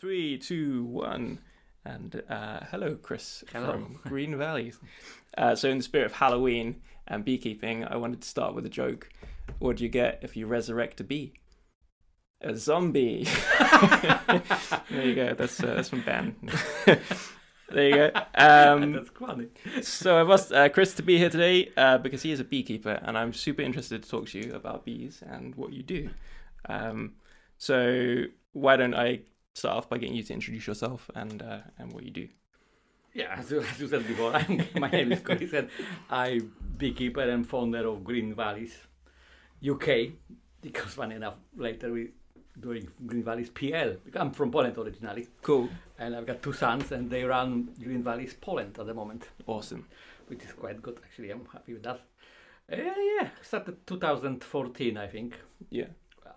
Three, two, one. And uh, hello, Chris Hello. from Green Valleys. Uh, so, in the spirit of Halloween and beekeeping, I wanted to start with a joke. What do you get if you resurrect a bee? A zombie. there you go. That's uh, that's from Ben. there you go. Um, That's funny. so I've asked uh, Chris to be here today uh, because he is a beekeeper, and I'm super interested to talk to you about bees and what you do. Um, so why don't I start off by getting you to introduce yourself and uh, and what you do? Yeah, as you, as you said before, I'm, my name is Chris and I'm beekeeper and founder of Green Valleys UK. Because funny enough, later we doing Green Valleys PL. I'm from Poland originally, Cool, and I've got two sons, and they run Green Valleys Poland at the moment, awesome. which is quite good actually. I'm happy with that. Uh, yeah, started 2014, I think. Yeah,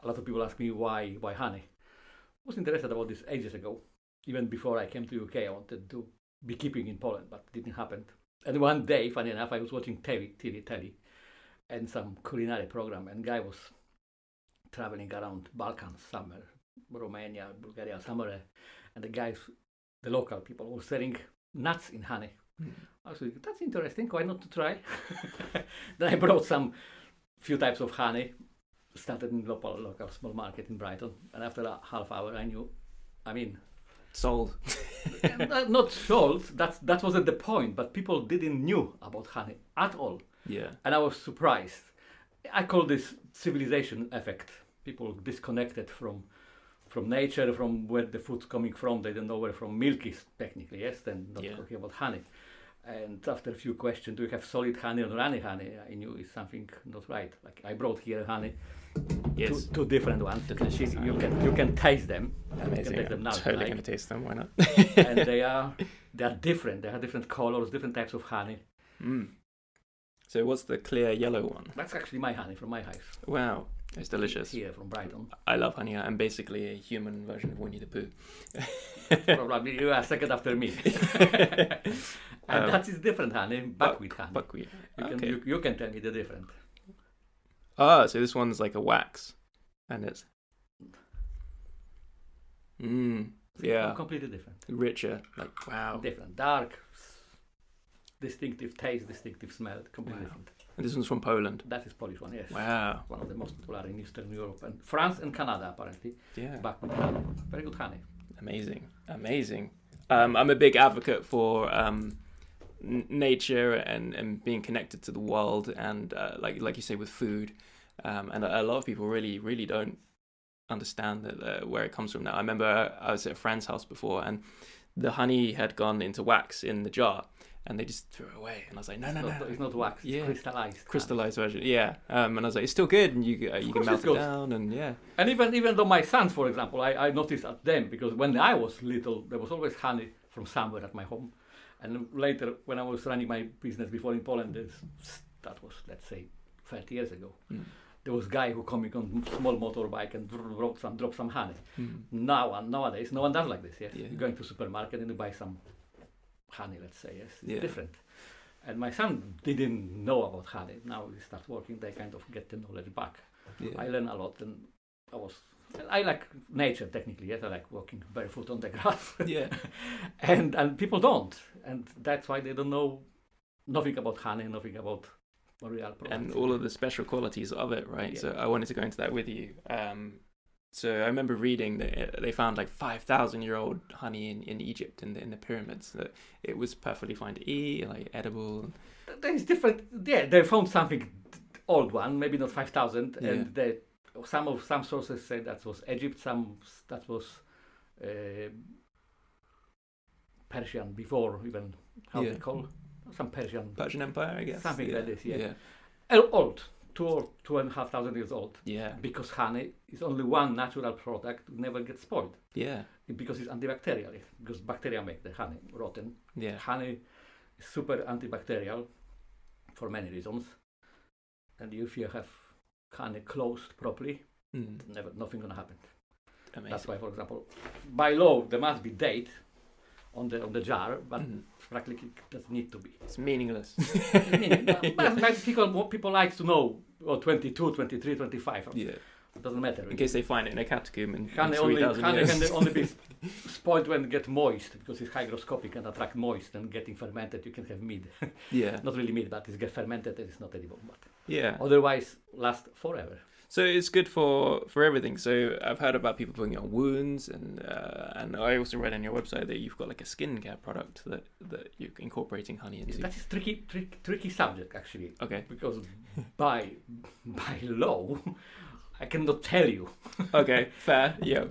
a lot of people ask me why why honey. I was interested about this ages ago. Even before I came to UK, I wanted to be keeping in Poland, but didn't happen. And one day, funny enough, I was watching TV, TV, telly, and some culinary program, and guy was traveling around Balkans somewhere, Romania, Bulgaria, somewhere, and the guys, the local people, were selling nuts in honey. I was like, that's interesting. Why not to try? then I brought some few types of honey, started in local, local small market in Brighton, and after a half hour, I knew. I mean, sold. and that- not sold. That's that wasn't the point. But people didn't knew about honey at all, Yeah, and I was surprised. I call this civilization effect. People disconnected from from nature, from where the food's coming from. They don't know where from milk is technically. Yes, then not Yeah. talking about honey. And after a few questions, do you have solid honey or runny honey? I knew it's something not right. Like I brought here honey, yes. two, two different ones. Delicious. You can you can taste them. You can Amazing. taste them I'm now if you totally like. gonna taste them. Why not? and they are they are different. They have different colors, different types of honey. Mm. So what's the clear yellow one? That's actually my honey from my house Wow, it's delicious. here from Brighton. I love honey. I'm basically a human version of Winnie the Pooh. Probably you are second after me. and Um, that is different honey, buckwheat honey. Buckwheat. you can okay. you, you can tell me the different. Ah, so this one's like a wax, and it's mm, yeah, Oh. completely different. richer. Like wow, Different, dark, distinctive taste, distinctive smell, completely Wow. different. and this one's from Poland. That is Polish one, yes. Wow, One of the most popular in Eastern Europe and France and Canada apparently. yeah, Buckwheat honey, very good honey. amazing, amazing. Um, I'm a big advocate for um, n- nature and and being connected to the world, and uh, like like you say with food, um, and a a lot of people really really don't understand that uh, where it comes from. Now, I remember I was at a friend's house before, and the honey had gone into wax in the jar, and they just threw it away. And I was like, no, it's, no, not, no, it's not wax, Yeah. it's crystallized. honey. crystallized version. Yeah, um, and I was like, it's still good, and you uh, you can course melt it's it good. down, and yeah, And even even though my sons, for example, I, I noticed at them because when I was little, there was always honey from somewhere at my home. And later, when I was running my business before in Poland, this, that was let's say 30 years ago, Mm. there was guy who coming on small motorbike and dropped some drop some honey. Mm. Now and nowadays, no one does like this. Yes, Yeah. you go into supermarket and you buy some honey. Let's say yes, it's Yeah. different. And my son didn't know about honey. Now they start working, they kind of get the knowledge back. yeah. I learn a lot, and I was I like nature technically. Yes, I like walking barefoot on the grass, yeah. and and people don't, and that's why they don't know nothing about honey, nothing about real products. and all of the special qualities of it, right? So I wanted to go into that with you. Um, so I remember reading that uh, they found like five thousand year old honey in, in Egypt in the in the pyramids that it was perfectly fine to eat, like edible. there is different. Yeah, they found something old one, maybe not five thousand, Yeah. and they, some of some sources say that was Egypt, some s- that was uh, Persian before even how Yeah. they call some Persian Persian Empire, I guess. Something like this, yeah. yeah, Oh, old, two or two and a half thousand years old. yeah, Because honey is only one natural product, never gets spoiled. yeah, Because it's antibacterial. Because bacteria make the honey rotten. yeah. Honey is super antibacterial for many reasons. And if you have honey closed properly, Mm, never nothing gonna happen. amazing. That's why, for example, by law there must be date on the on the jar, but Mm, practically it doesn't need to be. it's meaningless. I mean, but, but people what people like to know oh, 22, 23, 25. yeah. It doesn't matter. In case they find it in a catacomb in, in Honey only, 3,000 honey years. can only be spoiled when it get moist because it's hygroscopic and attract moist and getting fermented you can have mead yeah, not really mead but it's get fermented and it's not edible but yeah. otherwise last forever So it's good for for everything. So I've heard about people putting it on wounds, and uh, and I also read on your website that you've got like a skincare product that that you're incorporating honey into. that is tricky trick, tricky subject actually Okay, because by by law I cannot tell you okay, fair. Yeah,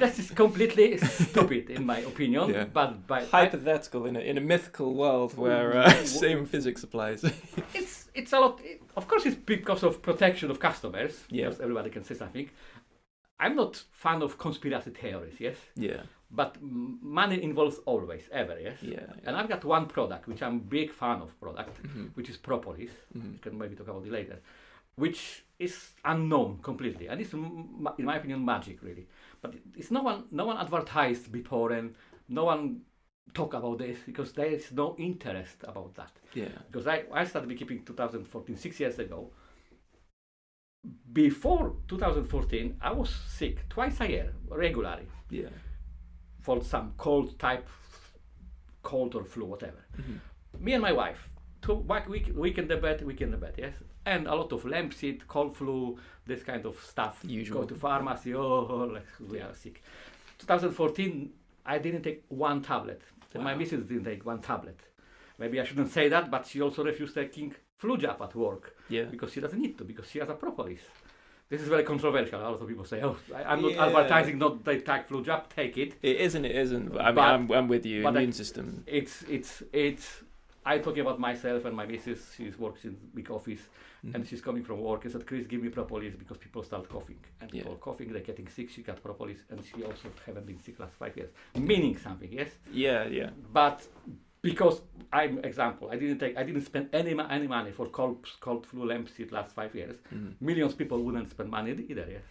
that is completely stupid in my opinion Yeah. but by hypothetical in a in a mythical world where uh, same physics applies. it's it's a lot. It, of course, it's because of protection of customers. Yeah. Because everybody can say something. I'm not fan of conspiracy theories. Yes, yeah, but m- money involves always, ever. Yes. yeah, And I've got one product which I'm big fan of product, Mhm, which is propolis. We mhm. can maybe talk about it later, which is unknown completely, and it's m- ma- in my opinion magic really. But it's no one no one advertised before, and no one talk about this because there is no interest about that yeah, because I, I started beekeeping 2014, six years ago. Before 2014, I was sick twice a year, regularly, yeah, for some cold type, cold or flu, whatever. mhm, Me and my wife, two one week, week in the bed, week in the bed, yes? And a lot of lampshade, cold flu, this kind of stuff. Usual. Go to pharmacy, oh, like, we are sick. 2014, I didn't take one tablet. And My Wow. missus didn't take one tablet. Maybe I shouldn't say that, but she also refused taking flu jab at work yeah. because she doesn't need to because she has a propolis. This is very controversial. A lot of people say, "Oh, I, I'm not Yeah. advertising not they take flu jab, take it." It isn't. It isn't. but I mean, But- I'm, I'm with you. but I- Immune system. It's it's it's. I'm talking about myself and my missus. She works in big office, Mm-hmm. and she's coming from work. and said, "Chris, give me propolis because people start coughing, and Yeah. people coughing, they're getting sick. She got propolis, and she also haven't been sick last five years, meaning something, yes." Mm-hmm. Yeah, yeah, but because I'm example, I didn't take, I didn't spend any mo- any money for cold cold flu lampshade last five years. Mhm. Millions people wouldn't spend money either. Yes,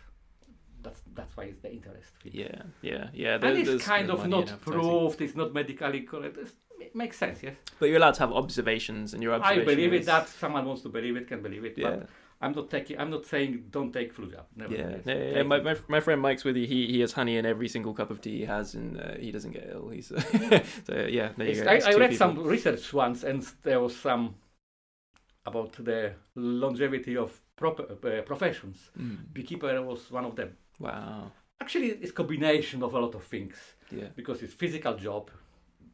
that's that's why it's the interest. fee. yeah, yeah, yeah. there- and it's there's kind no of money in not advertising. proved. It's not medically correct. It's, it makes sense. Yes, But you're allowed to have observations, and your I observations. believe it. That someone wants to believe it can believe it. Yeah, But I'm not taking. I'm not saying don't take flu jab. Never. yeah. yes, yeah, yeah, take yeah. My, it. my my friend Mike's with you. He he has honey in every single cup of tea he has, and uh, he doesn't get ill. He's so yeah. There you It's- go. It's I, I two read people. some research once, and there was some about the longevity of prop- uh, professions. Mm. Beekeeper was one of them. Wow. Actually, it's combination of a lot of things Yeah. because it's physical job.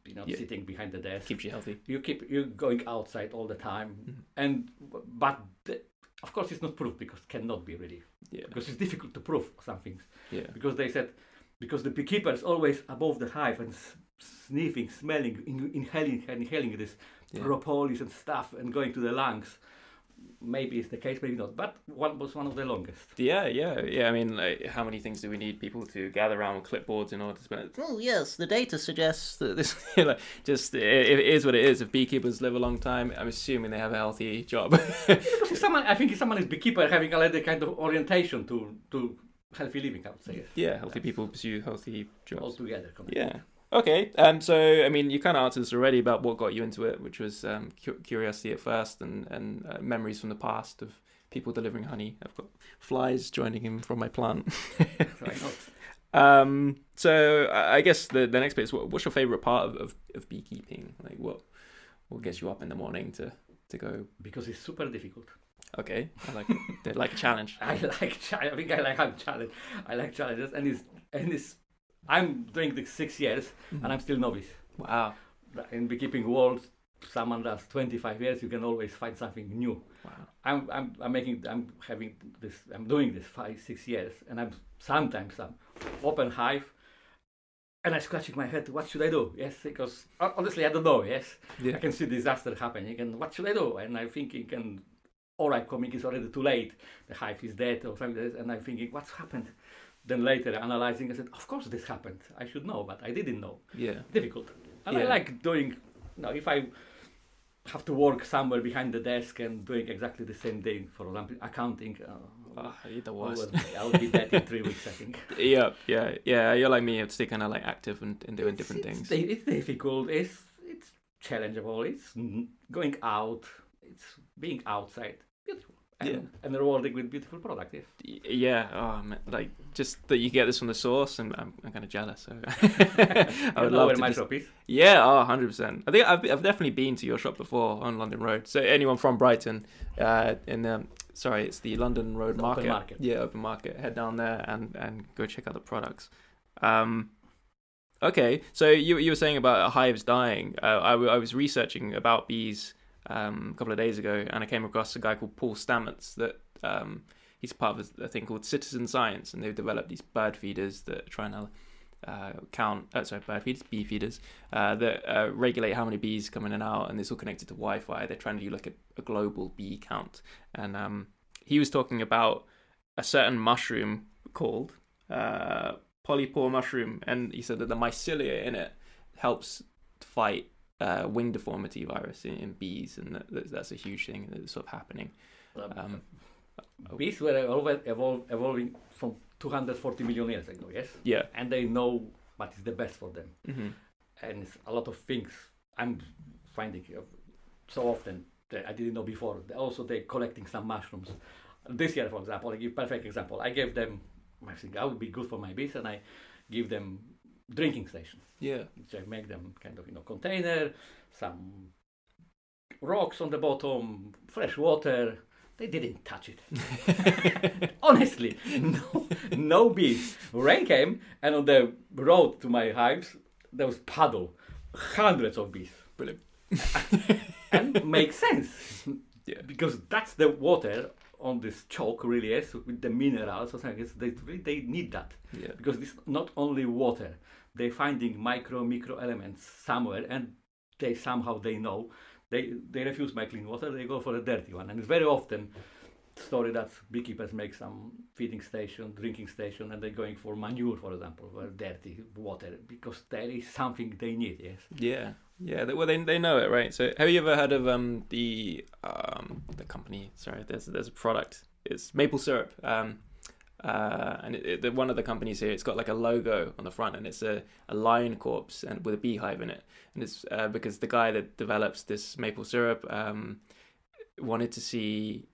You know, Yeah. sitting behind the desk. Keeps you healthy. You keep you going outside all the time, Mhm. and but the, of course it's not proof because it cannot be really Yeah. because it's difficult to prove some things Yeah. because they said because the beekeeper is always above the hive and s- sniffing, smelling, in- inhaling, inhaling this Yeah. propolis and stuff and going to the lungs. Maybe it's the case, maybe not. But one was one of the longest. Yeah, yeah, yeah. I mean, like, how many things do we need people to gather around with clipboards in order to spend? Oh yes, the data suggests that this. You know, just it, it is what it is. If beekeepers live a long time, I'm assuming they have a healthy job. Because if someone, I think if someone is beekeeper, having already kind of orientation to to healthy living, I would say yeah, healthy people pursue healthy jobs. altogether. connected. Yeah. Okay. Um. So, I mean, you kind of answered this already about what got you into it, which was um, cu- curiosity at first, and and uh, memories from the past of people delivering honey. I've got flies joining in from my plant. So I know. um. So, I I guess the the next bit is what, what's your favorite part of, of, of beekeeping? Like, what what gets you up in the morning to to go? Because it's super difficult. Okay, I like it. They like a challenge. I like. cha- I think I like. I'm challenged. I like challenges, and it's and it's. I'm doing this six years, and I'm still novice. Wow. in beekeeping world, someone that's 25 years, you can always find something new. Wow. I'm, I'm, I'm making, I'm having this, I'm doing this five, six years, and I'm sometimes I'm open hive, and I'm scratching my head. What should I do? Yes, because hon- honestly, I don't know. Yes, I Yeah. can see disaster happening, and what should I do? And I'm thinking, and or I'm coming is already too late. The hive is dead or something, like that, and I'm thinking, what's happened? Then later, analyzing, I said, of course this happened. I should know, but I didn't know Yeah. difficult. And I Yeah. like doing, you know, if I have to work somewhere behind the desk and doing exactly the same thing, for example, accounting, uh, Ah, you're the I worst. will- I'll be dead in three weeks, I think. yeah. Yeah. Yeah. You're like me. You have to stay kind of like active and, and doing different it's, things. It's, di- it's difficult, it's, it's challengeable, it's n- going out, it's being outside. Beautiful. and, Yeah. and rewarding with beautiful product. Yes. Y- Yeah, oh, man, like just that you get this from the source, and I'm, I'm kind of jealous. So I You would know love where to. my just- shop is. Yeah, oh, 100 percent. I think I've, I've definitely been to your shop before on London Road. So anyone from Brighton, uh, in um, sorry, it's the London Road The market. open market. Yeah, open market. Head down there and and go check out the products. Um, okay, so you you were saying about hives dying. Uh, I, w- I was researching about bees um, a couple of days ago, and I came across a guy called Paul Stamets that. Um, He's part of a thing called Citizen Science, and they've developed these bird feeders that are trying to uh, count, uh, sorry, bird feeders, bee feeders, uh, that uh, regulate how many bees come in and out, and it's all connected to Wi-Fi. They're trying to do like a, a global bee count, and um, he was talking about a certain mushroom called uh, polypore mushroom, and he said that the mycelia in it helps fight uh, wing deformity virus in, in bees, and that, that's- that's a huge thing that's sort of happening. Um, Bees were always evol- evolving from 240 million years ago. Yes. yeah. And they know what is the best for them. hmm and it's a lot of things I'm finding uh, so often that I didn't know before. They- Also, they're collecting some mushrooms. This year, for example, I give perfect example. I gave them, I think I would be good for my bees, and I give them drinking stations, Yeah. which I make them kind of you know container, some rocks on the bottom, fresh water. They didn't touch it. Honestly, no, no bees. Rain came, and on the road to my hives, there was puddle, hundreds of bees. Brilliant. And makes sense Yeah. because that's the water on this chalk really is with the minerals. or something. It's- They they need that Yeah. because it's not only water. They're finding micro micro elements somewhere, and they somehow they know. They they refuse my clean water. They go for a dirty one, and it's very often story that beekeepers make some feeding station, drinking station, and they're going for manure, for example, or dirty water because there is something they need. Yes. Yeah, yeah. They, well, they they know it, right? So, have you ever heard of um the um the company? Sorry, there's there's a product. It's maple syrup. Um, uh, and it, it, the, one of the companies here, it's got like a logo on the front, and it's a, a lion corpse and with a beehive in it. And it's uh, because the guy that develops this maple syrup um wanted to see.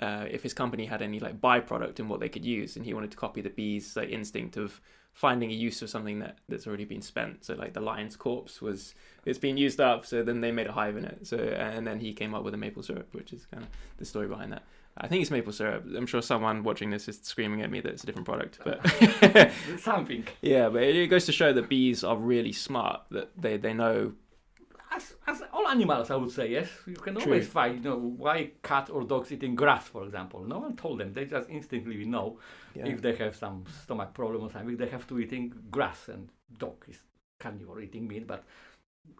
Uh, if his company had any like byproduct and what they could use, and he wanted to copy the bees' like instinct of finding a use for something that that's already been spent. So like the lion's corpse was it's been used up. So then they made a hive in it. So and then he came up with a maple syrup, which is kind of the story behind that. I think it's maple syrup. I'm sure someone watching this is screaming at me that it's a different product, but something. yeah, but it goes to show that bees are really smart. That they they know. As, as all animals, I would say, yes. You can True. always find, you know, why cat or dogs eating grass, for example. No one told them. They just instinctively know if they have some stomach problem or something. They have to eating grass, and dog is carnivore eating meat, but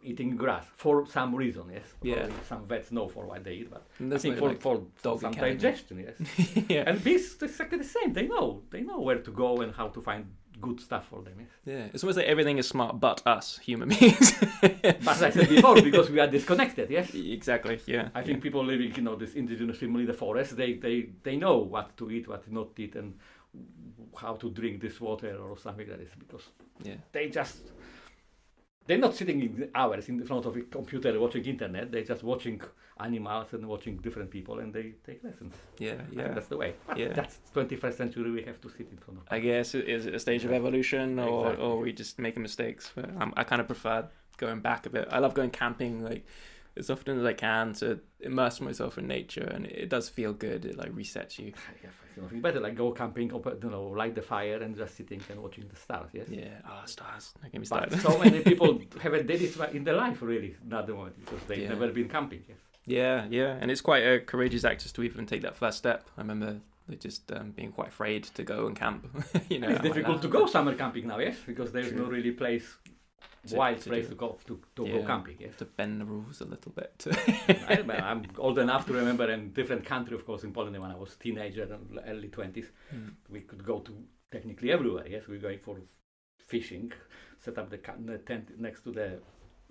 eating grass for some reason, yes. Yeah. Probably Some vets know for what they eat, but And I that's think no, for, like- for dog some academy. digestion, yes. yeah. And bees, they're exactly the same. They know. They know where to go and how to find good stuff for them. Yes. yeah, it's almost like everything is smart but us human beings. But as I said before, because we are disconnected, yes. E-, exactly. Yeah, I think people living, you know, this indigenous people in the forest, they, they, they know what to eat, what not to eat, and how to drink this water or something like this because yeah, they just they're not sitting in hours in front of a computer watching internet. They're just watching animals and watching different people, and they take lessons. yeah, I think yeah. that's the way. But Yeah. That's 21st century. We have to sit in front of. I guess i- is it a stage of evolution, or Exactly. or we just making mistakes. But I'm, I kind of prefer going back a bit. I love going camping like as often as I can to immerse myself in nature, and it does feel good. It like resets you. I have nothing better. Like go camping, open, you know, light the fire, and just sitting and watching the stars. Yes. Yeah. Ah, stars. Don't get me But started. so many people haven't did it in their life really at the moment because they've Yeah. never been camping. Yes. yeah, yeah, and it's quite a courageous act to even take that first step. I remember like, just um, being quite afraid to go and camp. you know, it's I'm like, difficult "Ah." to go summer camping now, yes, because there's no True. really place, To- wild to place do to go to, to Yeah. go camping. Yes, To bend the rules a little bit. I remember, I'm old enough to remember in different country, of course, in Poland when I was teenager and early twenties, Mm. we could go to technically everywhere. Yes, we're going for fishing, set up the, ca- the tent next to the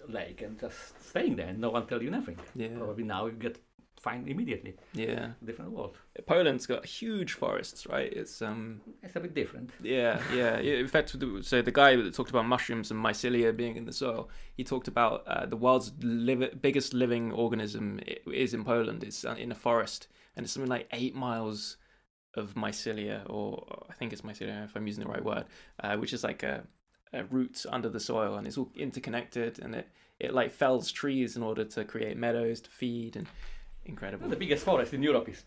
lake and just staying there, and no one tell you nothing. yeah, Probably now you get fined immediately. yeah. Different world. Poland's got huge forests, right? It's um, It's a bit different. Yeah, yeah. yeah, In fact, the- so the guy that talked about mushrooms and mycelia being in the soil, he talked about uh, the world's liv- biggest living organism i- is in Poland. It's uh, in a forest, and it's something like eight miles of mycelia, or I think it's mycelia if I'm using the right word, uh, which is like a, a roots under the soil, and it's all interconnected, and it it like fells trees in order to create meadows to feed, and incredible. Well, the biggest forest in Europe is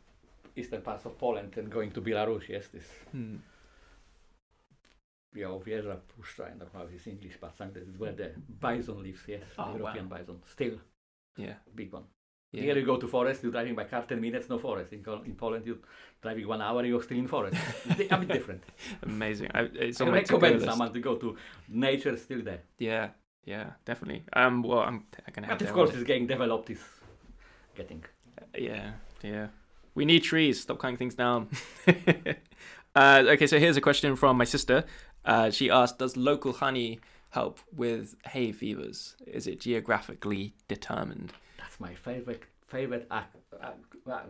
eastern parts of Poland and going to Belarus, yes, this Hmm. yeah, Wieża Puszcza, I don't know if it's English, but something is where the bison lives, yes, Oh, European bison, still Yeah, big one. yeah. Here you go to forest, you're driving by car 10 minutes, no forest. In, Col- in Poland, you're driving one hour, you're still in forest. It's a bit different. Amazing. I, it's I on my to-go recommend list. someone to go to nature, still there. Yeah, yeah, definitely. Um, well, I'm, I'm gonna have to But of have course, it. it's getting developed, it's getting. Yeah, yeah. We need trees. Stop cutting things down. uh, okay, so here's a question from my sister. Uh, she asked, "Does local honey help with hay fevers? Is it geographically determined?" That's my favorite favorite ac ac uh,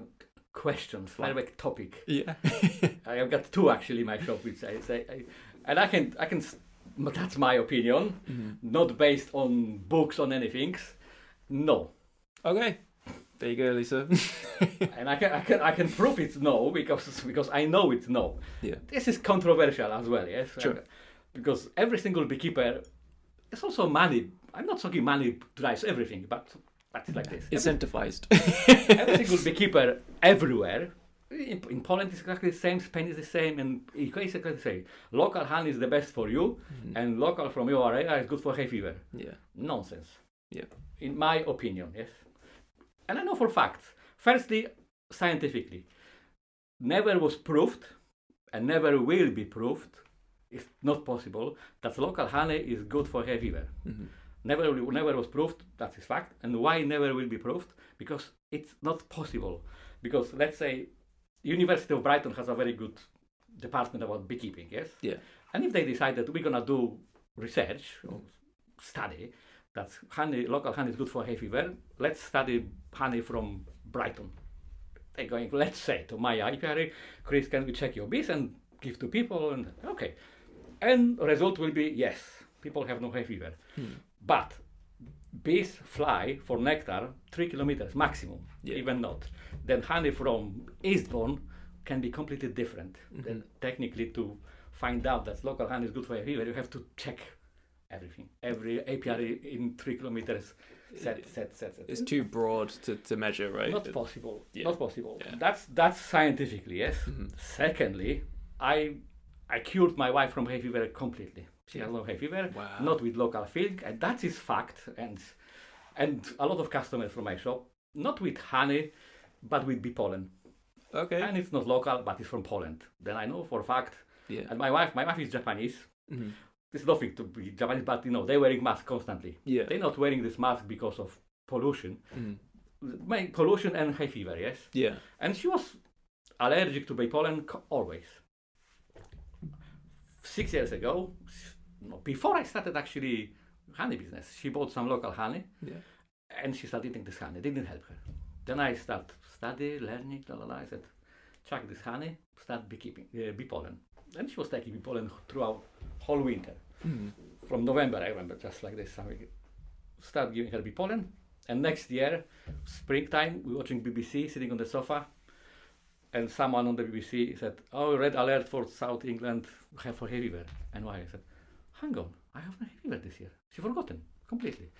question, favorite topic. Yeah. I've got two actually in my shop, which I say, I, and I can I can. s- But that's my opinion, Mm-hmm. not based on books on anything. No, Okay. There you go, Lisa. and I can I can I can prove it's no because because I know it's no. yeah. This is controversial as well, yes. Uh, Sure. Because every single beekeeper, it's also money. I'm not talking money drives everything, but but it's like this. Incentivized. every single beekeeper everywhere. In, in Poland, it's exactly the same. Spain is the same, and Ukraine is exactly the same. Local honey is the best for you, Mm. and local from your area is good for hay fever. yeah. Nonsense, Yeah. in my opinion. Yes, and I know for facts. Firstly, scientifically, never was proved, and never will be proved. It's not possible that local honey is good for hay fever Mhm. never never was proved that is fact and why never will be proved because it's not possible because let's say university of brighton has a very good department about beekeeping yes Yeah. and if they decide that we're going to do research or study that honey local honey is good for hay fever let's study honey from brighton they're going let's say to my apiary chris can we check your bees and give to people and okay and result will be yes people have no hay fever but bees fly for nectar three kilometers maximum, Yeah. even not. Then honey from Eastbourne can be completely different. Then technically, to find out that local honey is good for a fever, you have to check everything, every apiary in three kilometers. Set, set, set, set. It's too broad to, to measure, right? Not possible. Yeah. Not possible. Yeah. That's that's scientifically yes. mm-hmm. Secondly, I I cured my wife from hay fever completely. She has no hay fever. Wow. Not with local filling, and that is fact. And and a lot of customers from my shop, not with honey, but with bee pollen. okay. And it's not local, but it's from Poland. Then I know for a fact. Yeah. And my wife, my wife is Japanese. Mhm. It's nothing to be Japanese, but you know they're wearing masks constantly. Yeah. They're not wearing this mask because of pollution. Mhm. My pollution and hay fever, yes. Yeah. And she was allergic to bee pollen co- always. Six years ago, s- no, before I started actually honey business, she bought some local honey Yeah. and she started eating this honey. It didn't help her. Then I start study, learning, la la la. I said, check this honey, start beekeeping, uh, bee pollen. And she was taking bee pollen throughout whole winter. Hmm. From November, I remember, just like this. Something. Start giving her bee pollen. And next year, springtime, we're watching BBC, sitting on the sofa. And someone on the BBC said, oh, red alert for South England have for hay fever. And why? I said, hang on, I have no hay fever this year. She forgotten completely.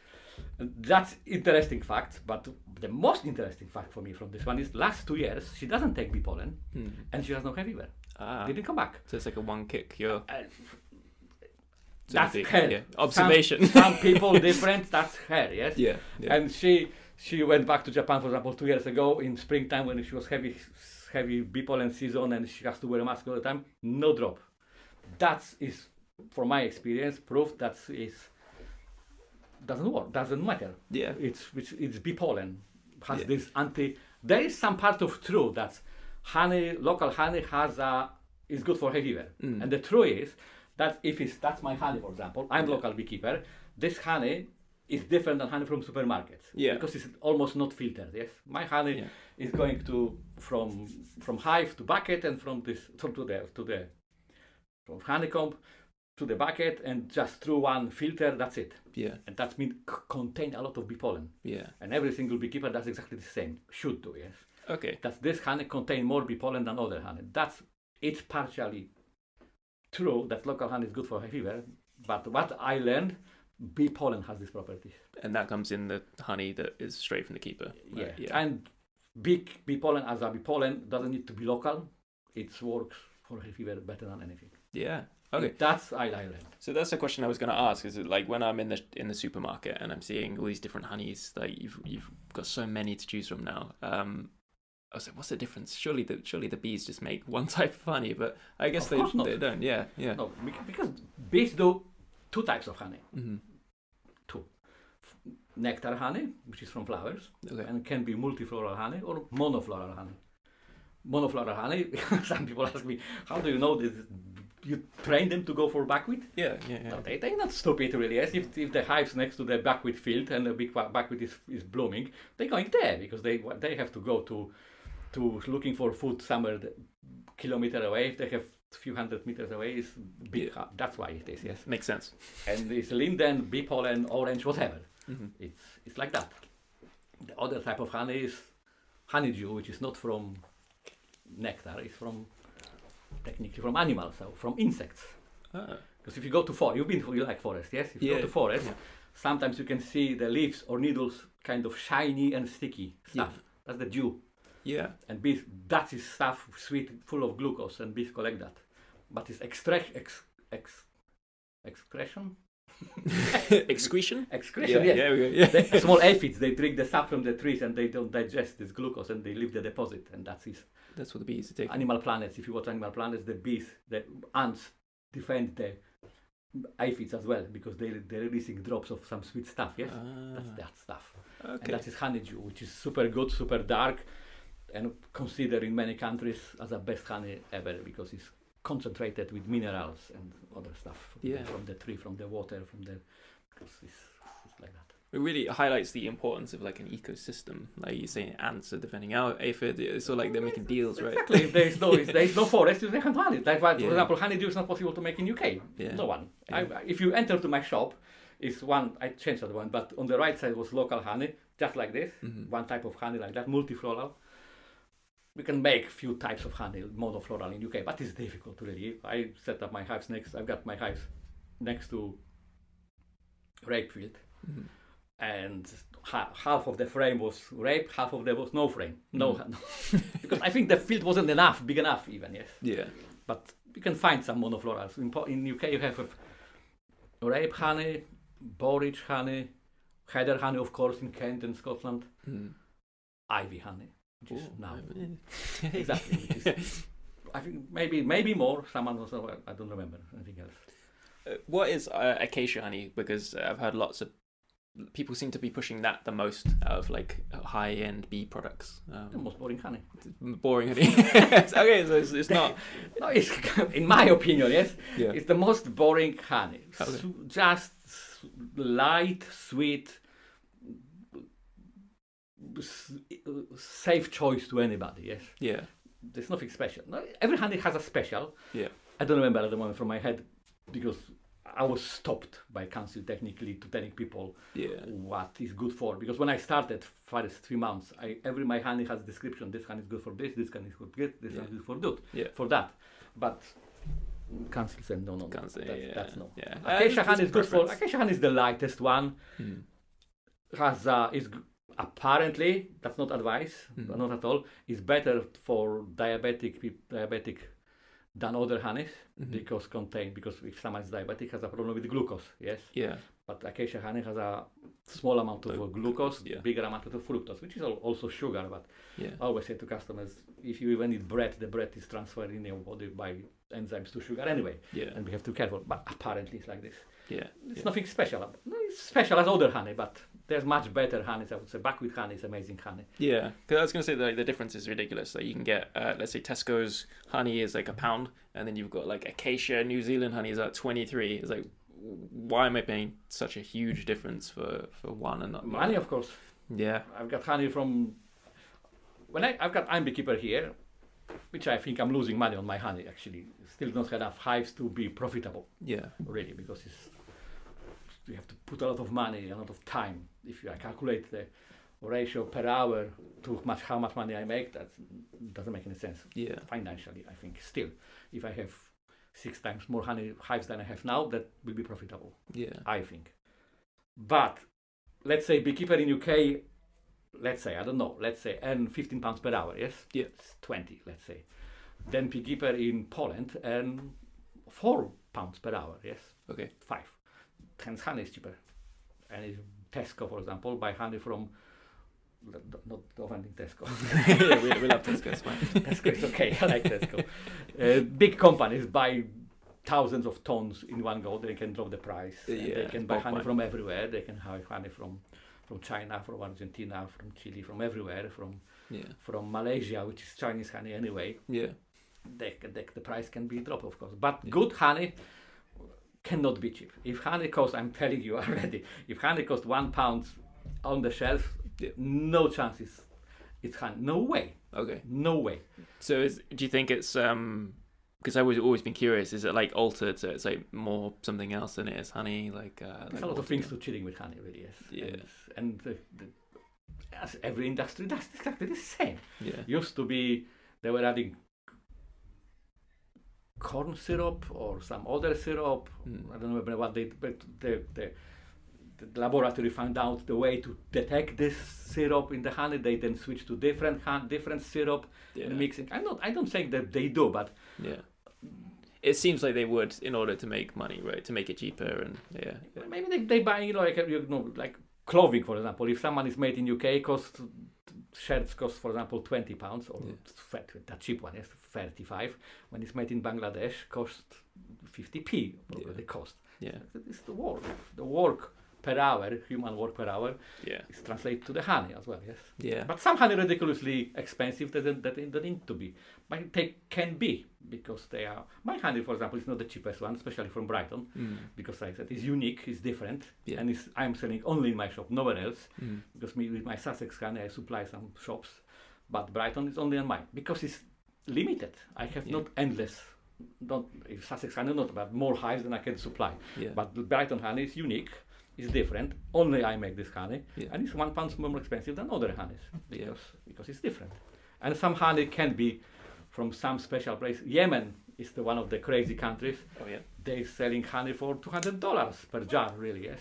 And that's interesting fact, but the most interesting fact for me from this one is last two years she doesn't take bee pollen Hmm. and she has no hay fever. Ah. Didn't come back. So it's like a one kick. You're Uh, sort that's of her. the- yeah. Some- Observation. Some, people different. That's her. Yes. Yeah, yeah. And she she went back to Japan, for example, two years ago in springtime when she was heavy heavy bee pollen season and she has to wear a mask all the time. No drop. That is, from my experience, proof that is doesn't work. Doesn't matter. yeah. it's it's, it's bee pollen has Yeah. this anti there is some part of truth that honey local honey has a is good for hay fever Mm. and the truth is that if it's that's my honey for example i'm local beekeeper this honey is different than honey from supermarkets Yeah. because it's almost not filtered yes my honey Yeah. is going to from from hive to bucket and from this from to the to the from honeycomb to the bucket and just through one filter that's it Yeah. and that means c- contain a lot of bee pollen Yeah. and every single beekeeper does exactly the same. Should do, yes. Okay. that this honey contains more bee pollen than other honey. That's it's partially true that local honey is good for hay fever, but what I learned, bee pollen has this property. And that comes in the honey that is straight from the keeper. Right, Yeah, and big bee pollen as a bee pollen doesn't need to be local. It works for hay fever better than anything. Yeah. Okay. that's I, I learned. So that's the question I was going to ask. Is it like when I'm in the in the supermarket and I'm seeing all these different honeys? Like you've you've got so many to choose from now. Um, I was like, what's the difference? Surely the surely the bees just make one type of honey, but I guess Of they course not. they don't. Yeah. Yeah. No, bec- because bees do two types of honey: hmm nectar honey, which is from flowers, Okay. and can be multifloral honey or monofloral honey. Monofloral honey, some people ask me, how do you know this? You train them to go for buckwheat? Yeah. Yeah. Yeah. No, they, they're not stupid, really. Yes, if, if the hive's next to the buckwheat field and the big bu- buckwheat is, is blooming, they're going there because they they have to go to to looking for food somewhere the kilometer away. If they have few hundred meters away, is big. Yeah. hu- That's why it is, yes. Makes sense. And it's linden, bee pollen, orange, whatever. hmm It's it's like that. The other type of honey is honeydew, which is not from nectar, it's from technically from animals, so from insects. Oh. Because if you go to forest, you've been you like forest, yes? If you Yeah, go to forest, yeah. sometimes you can see the leaves or needles kind of shiny and sticky Yeah. stuff. That's the dew, Yeah. and bees that is stuff sweet, full of glucose, and bees collect that. But it's extract, ex, ex, excretion, Excretion. excretion, yeah. yes. Yeah. we go, yeah. The small aphids they drink the sap from the trees and they don't digest this glucose and they leave the deposit and that's it. That's what the bees are taking. Animal planets, if you watch Animal Planets, the bees, the ants defend the aphids as well because they they're releasing drops of some sweet stuff. Yes, that's Ah, that stuff. okay. And that is honeydew, which is super good, super dark, and considered in many countries as the best honey ever because it's concentrated with minerals and other stuff from the- Yeah. from the tree, from the water, from the. Because it's, it's like that. it really highlights the importance of like an ecosystem. Like you say, ants are defending our aphid. It's sort of like they're making deals, right? Exactly. If there is no, if there is no forest, you can't honey. That's why, Yeah. for example, honeydew is not possible to make in UK. Yeah. No one. I, if you enter to my shop, it's one. I changed that one, but on the right side was local honey, just like this. Mhm. One type of honey like that, multifloral. We can make few types of honey, monofloral in UK, but it's difficult really. I set up my hives next. I've got my hives next to rape field, Mhm. and ha- half of the frame was rape, half of there was no frame. No, because I think the field wasn't enough, big enough even, yes. Yeah. But you can find some monoflorals. In, Po- in UK you have uh, rape honey, borage honey, heather honey, of course, in Kent and Scotland, Mm. ivy honey, which is Ooh, now. yeah. Exactly, which is- I think maybe maybe more. Someone was uh, I don't remember anything else. Uh, what is uh, acacia honey? Because I've heard lots of people seem to be pushing that the most out of like high end bee products. The Um, most boring honey. boring honey. okay, so it's, it's not. No, it's in my opinion, yes, Yeah. it's the most boring honey. Okay. Su- just s- light, sweet, s- safe choice to anybody. Yes, Yeah. there's nothing special. No, every honey has a special. Yeah. I don't remember at the moment from my head because I was stopped by council technically to telling people Yeah. what is good for because when I started first three months, I every my honey has description. This honey is good for this. This honey is good for that. This Yeah. honey is good for that. Yeah. For that, but council said no, no, no. Can't say. that's, yeah. that's no. Yeah. Uh, Acacia it's- honey is it's good for. preference. Acacia honey is the lightest one. Mm. Has uh, is g- apparently that's not advice, Mhm. not at all. Is better for diabetic peop- diabetic than other honeys Mhm. because contain because if someone is diabetic has a problem with glucose. Yes Yeah. but acacia honey has a small amount of Uh, glucose, yeah. bigger amount of fructose, which is al- also sugar. But Yeah. I always say to customers, if you even eat bread, the bread is transferred in your body by enzymes to sugar anyway, Yeah. and we have to be careful. But apparently, it's like this. Yeah. It's Yeah. nothing special. ab- No, it's special as other honey, but there's much better honeys. I would say buckwheat honey is amazing honey. Yeah, because I was gonna say that, like the difference is ridiculous. Like you can get, uh, let's say Tesco's honey is like a pound, and then you've got like Acacia New Zealand honey is at twenty three. It's like, why am I paying such a huge difference for for one and not the Honey, other? of course. Yeah, I've got honey from when I, I've got I'm beekeeper here, which I think I'm losing money on my honey. Actually, still not enough hives to be profitable. yeah, really because it's you have to put a lot of money, a lot of time. If you I calculate the ratio per hour to much, how much money I make, that doesn't make any sense Yeah. financially, I think. Still, if I have six times more honey hives than I have now, that will be profitable, Yeah. I think. But let's say beekeeper in UK, let's say, I don't know, let's say earn 15 pounds per hour, yes? Yeah. It's 20, let's say. Then beekeeper in Poland earn 4 pounds per hour, yes? Okay. five. Hence, honey is cheaper. And if Tesco, for example, buy honey from not not offending Tesco. yeah, we, we love Tesco. It's fine. Tesco is okay. I like Tesco. Uh, big companies buy thousands of tons in one go. They can drop the price. and they Yeah, can buy bulk honey buy. from everywhere. They can have honey from from China, from Argentina, from Chile, from everywhere, from Yeah. from Malaysia, which is Chinese honey anyway Yeah. the, the, the price can be dropped, of course. But Yeah. good honey cannot be cheap. If honey costs, I'm telling you already, if honey costs one pound on the shelf, Yeah. no chances. It's honey. No way. Okay. No way. So is, do you think it's um? Because I've always, always been curious. Is it like altered so it's like more something else than it is honey? Like uh, There's like a lot water- of things to cheating with honey, really, yes. Yeah. And, and the, the, as every industry does exactly the same. Yeah. used to be they were adding corn syrup or some other syrup. Mm. I don't remember what they, but the, the, the laboratory found out the way to detect this syrup in the honey. They then switched to different hon- different syrup Yeah. and mixing. I'm not, I don't think that they do, but yeah. It seems like they would in order to make money, right? To make it cheaper and yeah. maybe they, they buy you know, like you know like clothing for example. If someone is made in UK, cost shirts cost for example 20 pounds or Yeah. thirty- the cheap one is 35 when it's made in bangladesh cost 50p probably Yeah. the cost Yeah. it's the work the work per hour human work per hour Yeah. is translated to the honey as well yes Yeah. but some honey ridiculously expensive that that that need to be but they can be because they are my honey for example is not the cheapest one especially from brighton Mm. because like I said it's unique, it's different, Yeah. and it's, I'm selling only in my shop, nowhere else. Mm. Because me with my Sussex honey, I supply some shops, but Brighton is only on mine because it's limited. I have Yeah. not endless, not if Sussex honey, not but more hives than I can supply. Yeah. But the Brighton honey is unique, it's different. Only I make this honey, Yeah. and it's one pound more expensive than other honeys Yeah. because because it's different. And some honey can be from some special place. Yemen is the one of the crazy countries oh yeah. they're selling honey for two hundred dollars per jar, really. Yes,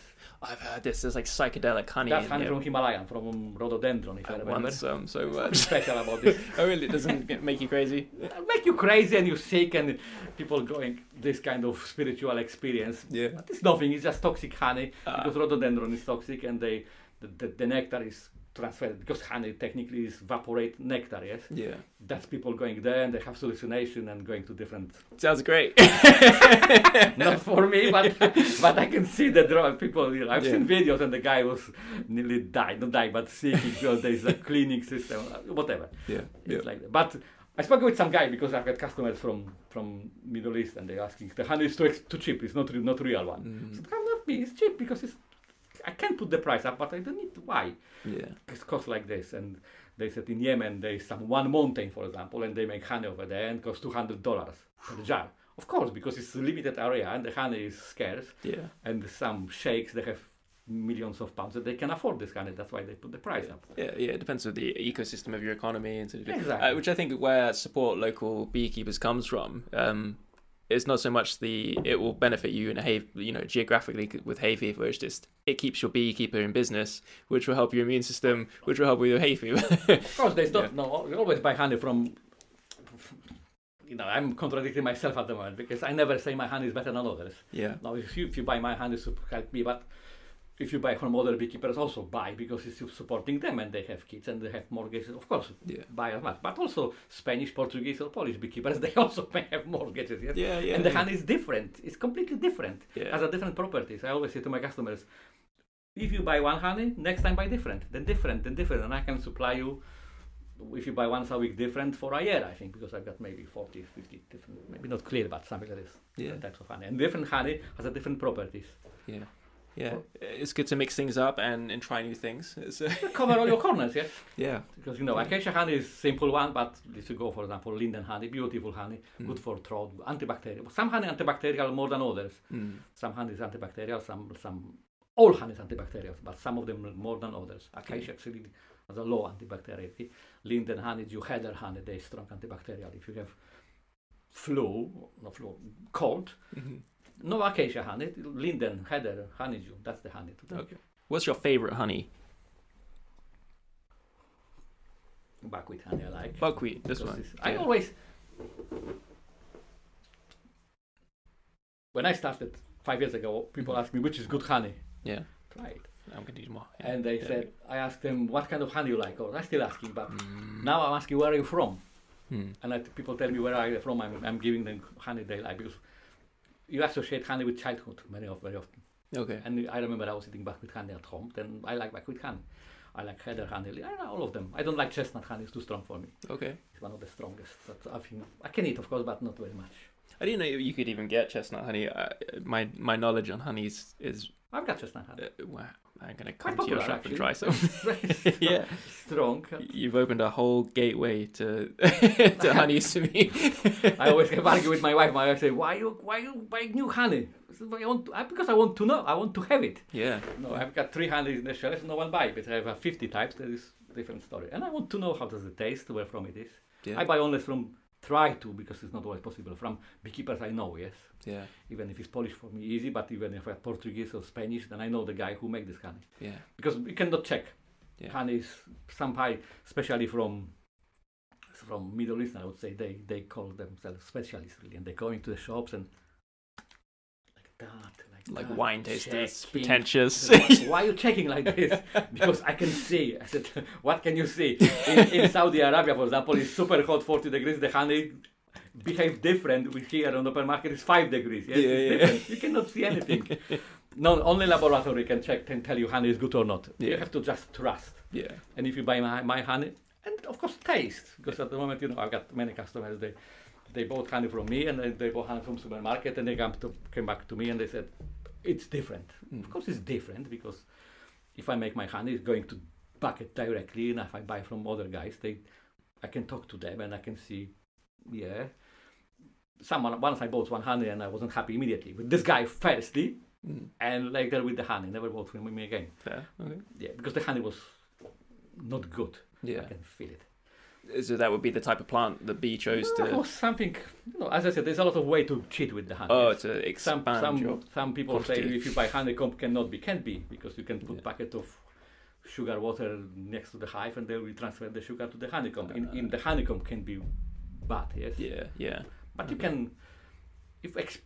I've heard this. There's like psychedelic honey. that's in honey here. from Himalayan, from rhododendron, if I, I remember. want some so Nothing much. special about this. oh really? It doesn't get- make you crazy? It'll make you crazy and you sick, and people going this kind of spiritual experience. Yeah. But it's nothing. It's just toxic honey Ah. because rhododendron is toxic, and they the, the, the nectar is transferred because honey technically is evaporate nectar. Yes, Yeah. that's people going there and they have hallucination and going to different Sounds great. not for me, but but I can see the draw people. You know, I've Yeah. seen videos and the guy was nearly died, not died, but sick because there is a cleaning system, whatever. yeah. It's like that. But I spoke with some guy because I've got customers from from Middle East and they're asking the honey is too ex- too cheap. It's not re- not real one. Mm. So come not me. It's cheap because it's I can put the price up, but I don't need why Yeah. it's cost like this and. They said in Yemen there is some one mountain, for example, and they make honey over there and costs two hundred dollars per jar. Of course, because it's a limited area and the honey is scarce, Yeah. and some sheikhs they have millions of pounds that they can afford this honey. That's why they put the price up. Yeah, yeah, it depends on the ecosystem of your economy and sort of, Exactly. uh, which I think where support local beekeepers comes from. Um, it's not so much the it will benefit you in a hay, you know, geographically c- with hay fever. It's just it keeps your beekeeper in business, which will help your immune system, which will help with your hay fever. Of course, there's not no. You always buy honey from. You know, I'm contradicting myself at the moment because I never say my honey is better than others. yeah, Now, if you, if you buy my honey, so help me. But if you buy from other beekeepers, also buy because it's you supporting them and they have kids and they have mortgages. Of course, Yeah. buy as much. But also Spanish, Portuguese, or Polish beekeepers, they also may have mortgages. Yes? yeah, yeah. and the yeah. honey is different. It's completely different. Yeah. Has a different properties. I always say to my customers, if you buy one honey, next time buy different, then different, then different, and I can supply you. If you buy once a week, different for a year, I think, because I've got maybe 40, 50 different, maybe not clear, but something like this Yeah. types of honey. And different honey has a different properties. yeah, yeah. It's good to mix things up and, and try new things. It's, uh, You cover all your corners, yes? yeah, Because you know, acacia honey is simple one, but if you go, for example, linden honey, beautiful honey, good for throat, antibacterial. Some honey antibacterial more than others. Mm. Some honey is antibacterial, some some all honey is antibacterial, but some of them are more than others. Acacia actually has a low antibacteriality. Linden honey, Juheder honey, they're strong antibacterial. If you have flu, not flu, cold, Mhm. no acacia honey, linden, heather, honeydew, that's the honey. to take. Okay. What's your favorite honey? Buckwheat honey I like. Buckwheat. This Because one. it's- I Yeah. always, when I started five years ago, people Mm-hmm. asked me, which is good honey? Yeah. Try it. I'm gonna do more. Yeah. And they Yeah. said, I asked them, what kind of honey you like? Or I still asking, but Mm. now I'm asking, where are you from? Hmm. And I, people tell me where are you from, I'm, I'm giving them honey they like because you associate honey with childhood very often. Very often. Okay. And I remember I was eating buckwheat honey at home, then I like buckwheat honey. I like heather honey, I like all of them. I don't like chestnut honey, it's too strong for me. Okay. It's one of the strongest that I've been, I can eat, of course, but not very much. I didn't know you could even get chestnut honey. Uh, my my knowledge on honeys is I've got chestnut honey. uh, wow. I'm gonna come Quite to your popular, shop actually. and try some. yeah, Strong. you've opened a whole gateway to to honeys to me. I always have argue with my wife. My wife say, "Why you, why you buy new honey? I said, "Well, I want, I, because I want to know. I want to have it. Yeah. No, I've got 300 in the shelf, no one buy it. But I have uh, 50 types, that is different story. And I want to know how does it taste, where from it is. Yeah. I buy only from, try to, because it's not always possible, from beekeepers I know, yes. yeah. Even if it's Polish for me, easy, but even if I Portuguese or Spanish, then I know the guy who make this honey. Yeah. Because we cannot check. Yeah. Honey is some pie, especially from from Middle East, I would say, they, they call themselves specialists, really. And they go into the shops and like that, like Like that, wine tasters, checking. pretentious. Why- Why are you checking like this? Because I can see. I said, what can you see? In, in Saudi Arabia, for example, it's super hot, 40 degrees. The honey behave different. We here on the open market is 5 degrees. Yes, Yeah, it's yeah. different. You cannot see anything. no, only laboratory can check, can tell you honey is good or not. You Yeah. have to just trust. yeah. And if you buy my, my honey, and of course taste, because at the moment, you know, I've got many customers, they, they bought honey from me and then they bought honey from supermarket and they come, to, came back to me and they said, it's different. Hmm. Of course it's different because if I make my honey, it's going to bucket directly and if I buy from other guys, they, I can talk to them and I can see, yeah. Someone, once I bought one honey and I wasn't happy immediately with this guy firstly Mm. and later with the honey, never bought from me again. Fair. Okay. Yeah, because the honey was not good. Yeah. I can feel it. So that would be the type of plant the bee chose No, it to. was something, you know, as I said, there's a lot of way to cheat with the honey. Oh, to some expand your. some, some people say quantity. if you buy honeycomb cannot be can be because you can put Yeah. packet of sugar water next to the hive and they will transfer the sugar to the honeycomb. In, Uh, in the honeycomb can be bad, yes. Yeah. Yeah. But you can, if ex-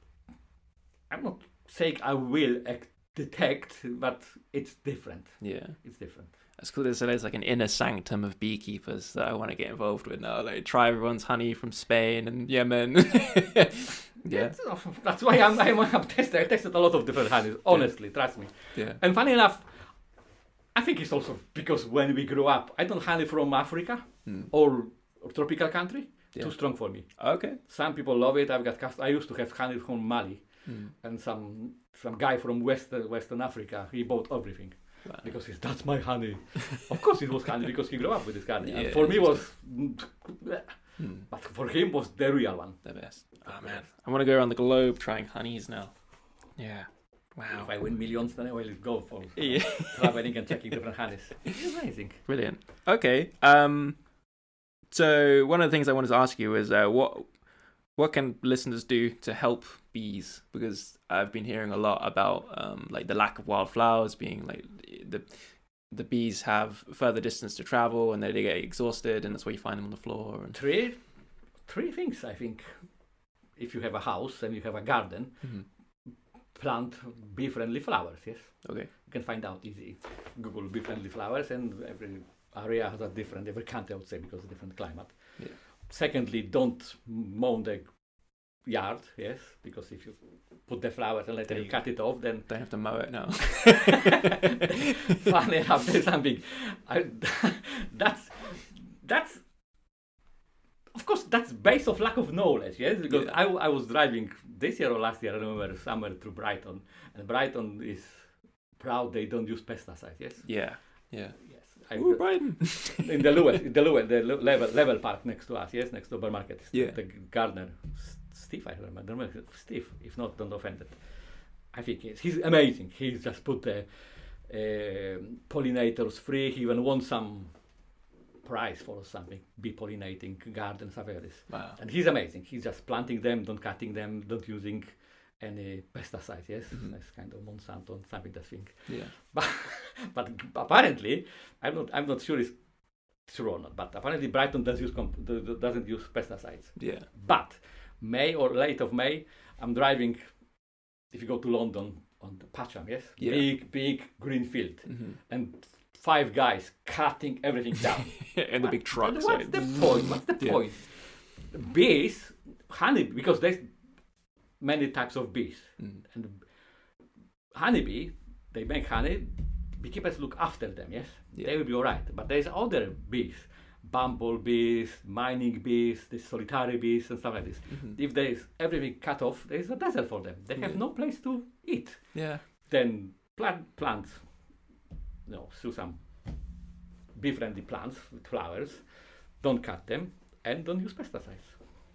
I'm not saying I will ex- detect, but it's different. Yeah. It's different. That's cool. There's, there's like an inner sanctum of beekeepers that I want to get involved with now. Like try everyone's honey from Spain and Yemen. yeah, It's- That's why I'm, I'm, I'm tested. I tested a lot of different honeys, honestly, trust me. yeah, And funny enough, I think it's also because when we grew up, I don't honey from Africa Hmm. or, or tropical country. Yeah. Too strong for me. Okay. Some people love it. I've got cast. I used to have honey from Mali, Mm. and some some guy from Western Western Africa. He bought everything Wow. because he's that's my honey. of course, it was honey because he grew up with this honey. Yeah, and for me, it's was Mm, but for him was the real one. the best. Oh man, I want to go around the globe trying honeys now. Yeah. Wow. If I win millions, then I will go for Yeah. traveling and checking different honeys. It's amazing. Brilliant. Okay. Um. So one of the things I wanted to ask you is uh, what what can listeners do to help bees? Because I've been hearing a lot about um, like the lack of wildflowers being like the the bees have further distance to travel and they they get exhausted and that's why you find them on the floor and three three things I think. If you have a house and you have a garden, plant bee friendly flowers, yes. okay You can find out easy. Google bee friendly flowers and every area has a different every country I would say because of different climate. Yeah. Secondly, don't mow the yard, yes, because if you put the flowers and later There you you cut it off then don't have to mow it now. funny enough, there's something. I, that's that's of course that's based off lack of knowledge, yes. Because Yeah. I, I was driving this year or last year, I remember somewhere through Brighton, and Brighton is proud they don't use pesticides. Yes, yeah. Yeah. yes. I, Ooh, Brighton. in the Lewis, in the Lewis, the Lew- level level park next to us, yes, next to Obermarket. Yeah. The gardener, S- Steve, I remember, I don't remember, Steve. If not, don't offend it. I think he is. He's amazing. He's just put the um pollinators free. He even won some prize for something, bee pollinating garden, stuff like this. Wow. And he's amazing. He's just planting them, don't cutting them, don't using any pesticide. Yes, Mhm. that's kind of Monsanto and something that thing. Yeah. But but apparently, I'm not I'm not sure it's true or not. But apparently, Brighton does use comp- do- do- doesn't use pesticides. Yeah. But May or late of May, I'm driving. If you go to London on the Patcham, yes, Yeah. big big green field, Mm-hmm. and five guys cutting everything down. and the big But trucks. What's like- the point? What's the Yeah. point? Bees, honey, because there's many types of bees, Mm. and honeybee, they make honey. Beekeepers look after them, yes, Yeah. they will be all right. But there's other bees, bumblebees, mining bees, the solitary bees, and stuff like this. Mhm. If there is everything cut off, there is a desert for them. They have Yeah. no place to eat. Yeah. Then plant plants, you know, through some bee-friendly plants with flowers. Don't cut them and don't use pesticides.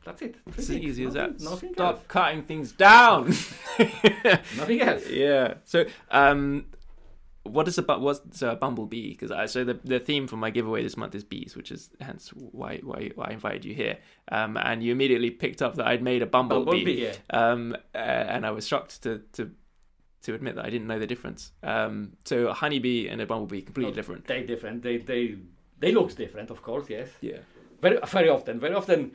That's it. Three It's as things. easy as that. Nothing- Nothing Stop else. cutting things down. Nothing else. yeah. So, um, what is about what's uh, bumblebee? Because I so the the theme for my giveaway this month is bees, which is hence why why, why I invited you here. Um, and you immediately picked up that I'd made a bumblebee. Bumblebee, yeah. Um, uh, and I was shocked to to to admit that I didn't know the difference. Um, so a honeybee and a bumblebee completely No, different. They different. They they they looks different, of course. Yes. Yeah. Very very often. Very often,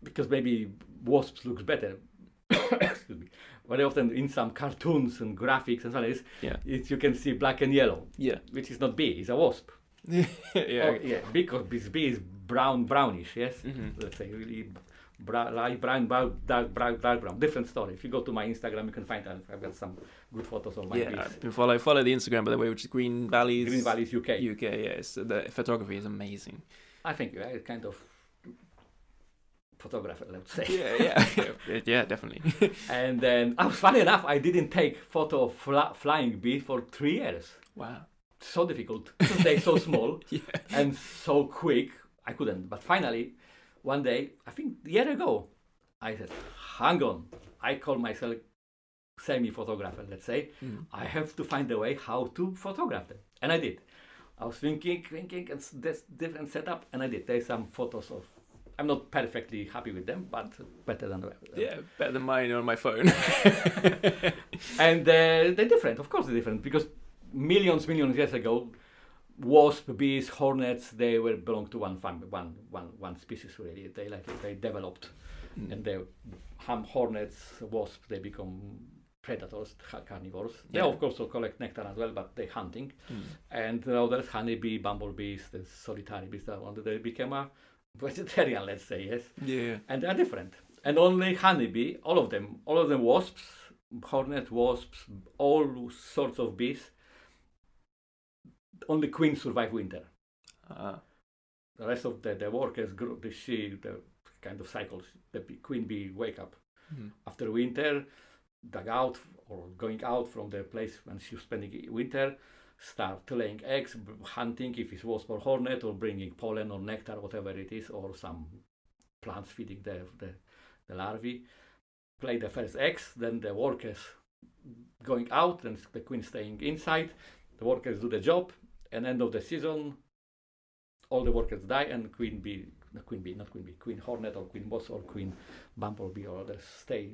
because maybe wasps looks better. Excuse me. Very often in some cartoons and graphics and so on, is Yeah. it's, you can see black and yellow, Yeah. which is not bee, it's a wasp. yeah. Oh, yeah, because this bee is brown, brownish, yes? Mhm. Let's say really b- bra- light brown, brown, dark, brown, dark brown. Different story. If you go to my Instagram, you can find that. I've got some good photos of my yeah, bees. I've been follow follow the Instagram by the way, which is Green Valleys Green Valleys UK. UK. Yeah, so the photography is amazing. I think you're a kind of photographer, let's say. Yeah, yeah, yeah, yeah, definitely. And then, oh, funny enough, I didn't take photo of fla- flying bee for three years. Wow. So difficult. They're so small Yeah. and so quick. I couldn't. But finally, one day, I think a year ago, I said, hang on. I call myself semi-photographer, let's say. Mm. I have to find a way how to photograph them. And I did. I was thinking, thinking, and s- this different setup, and I did. There's some photos of, I'm not perfectly happy with them, but better than Yeah, better than mine on my phone. and uh, they're different, of course, they're different because millions, millions years ago, wasp, bees, hornets, they were belonged to one family, one, one, one species really. They like they developed, and they ham hornets, wasp, they become predators, ca- carnivores. They Yeah. of course will collect nectar as well, but they hunting. mm. And now there's honeybee, bumblebees, the solitary bees. That one they became a vegetarian, let's say yes yeah. and they are different. And only honeybee, all of them, all of them wasps, hornet wasps, all sorts of bees. Only queens survive winter. Uh, The rest of the, the workers, group, the she, the kind of cycles, the bee, queen bee wake up mhm. after winter, dug out or going out from the place when she's spending winter, start laying eggs, b- hunting if it was for hornet or bringing pollen or nectar, whatever it is, or some plants feeding the, the, the larvae. Play the first eggs, then the workers going out, then the queen staying inside. The workers do the job, and end of the season, all the workers die, and queen bee, no, queen bee, not queen bee, queen hornet or queen wasp or queen bumblebee or others stay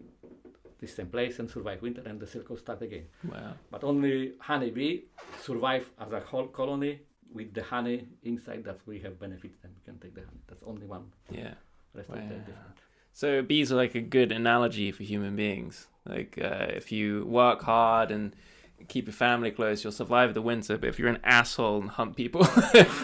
the same place and survive winter and the circle start again. Wow. But only honeybee survive as a whole colony with the honey inside that we have benefits and we can take the honey. That's only one. Yeah. Rest of the Wow. different. So bees are like a good analogy for human beings. Like uh, if you work hard and keep your family close, you'll survive the winter. But if you're an asshole and hunt people,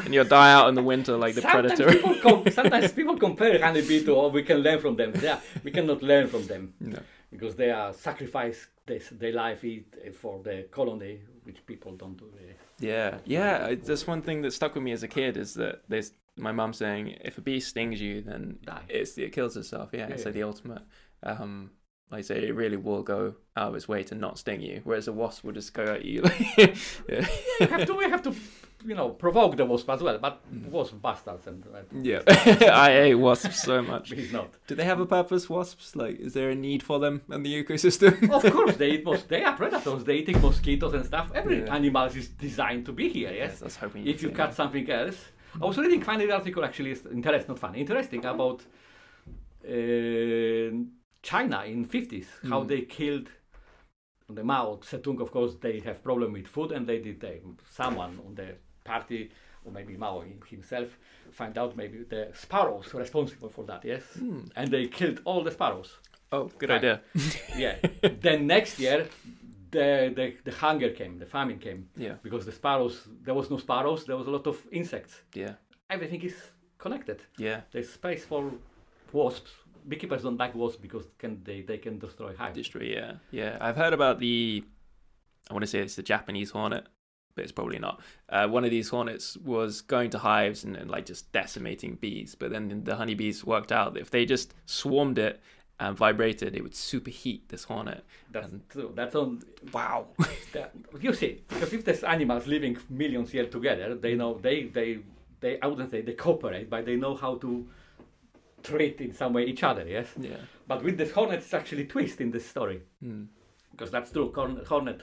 and you'll die out in the winter like the sometimes predator. People com- sometimes people compare honeybee to oh we can learn from them. Yeah, we cannot learn from them No. because they are sacrifice this, their life it- for the colony, which people don't do eh, really. Yeah, yeah. I- That's one thing that stuck with me as a kid is that there's my mum saying if a bee stings you, then Die. it's it kills itself. Yeah, it's Yeah. like the ultimate. Um, like I say, it really will go out of its way to not sting you, whereas a wasp will just go at you. Like, we have to we have to you know, provoked the wasp as well, but wasp bastards and uh, Yeah, I hate wasps so much. he's not. Do they have a purpose, wasps? Like, is there a need for them in the ecosystem? Of course, they eat mos- they are predators. They eat mosquitoes and stuff. Every Yeah. animal is designed to be here. Yes. I was hoping if you say cut something else. I was reading finally the article actually is interesting, not funny, interesting Oh. about uh, China in 50s, how Mm. they killed the Mao Zedong. Of course, they have problem with food, and they did. They, someone on the party, or maybe Mao him- himself, find out maybe the sparrows were responsible for that. Yes, that. Hmm. and they killed all the sparrows. Oh, good Right. idea. Yeah. then next year, the, the the hunger came, the famine came, Yeah, because the sparrows there was no sparrows, there was a lot of insects yeah, everything is connected. yeah. There's space for wasps. Beekeepers don't like wasps because can they, they can destroy hives. Destroy. Yeah, yeah. I've heard about the. I want to say it's the Japanese hornet, but it's probably not. Uh, one of these hornets was going to hives and, and like just decimating bees, but then the honeybees worked out that if they just swarmed it and vibrated, it would superheat this hornet. That's And- true. That's on. Wow. That, you see, because if there's animals living millions years together, they know they they they I wouldn't say they cooperate, but they know how to treat in some way each other. Yes. yeah. But with the hornet, it's actually twist in this story Hmm. because that's true. Corn- Hornet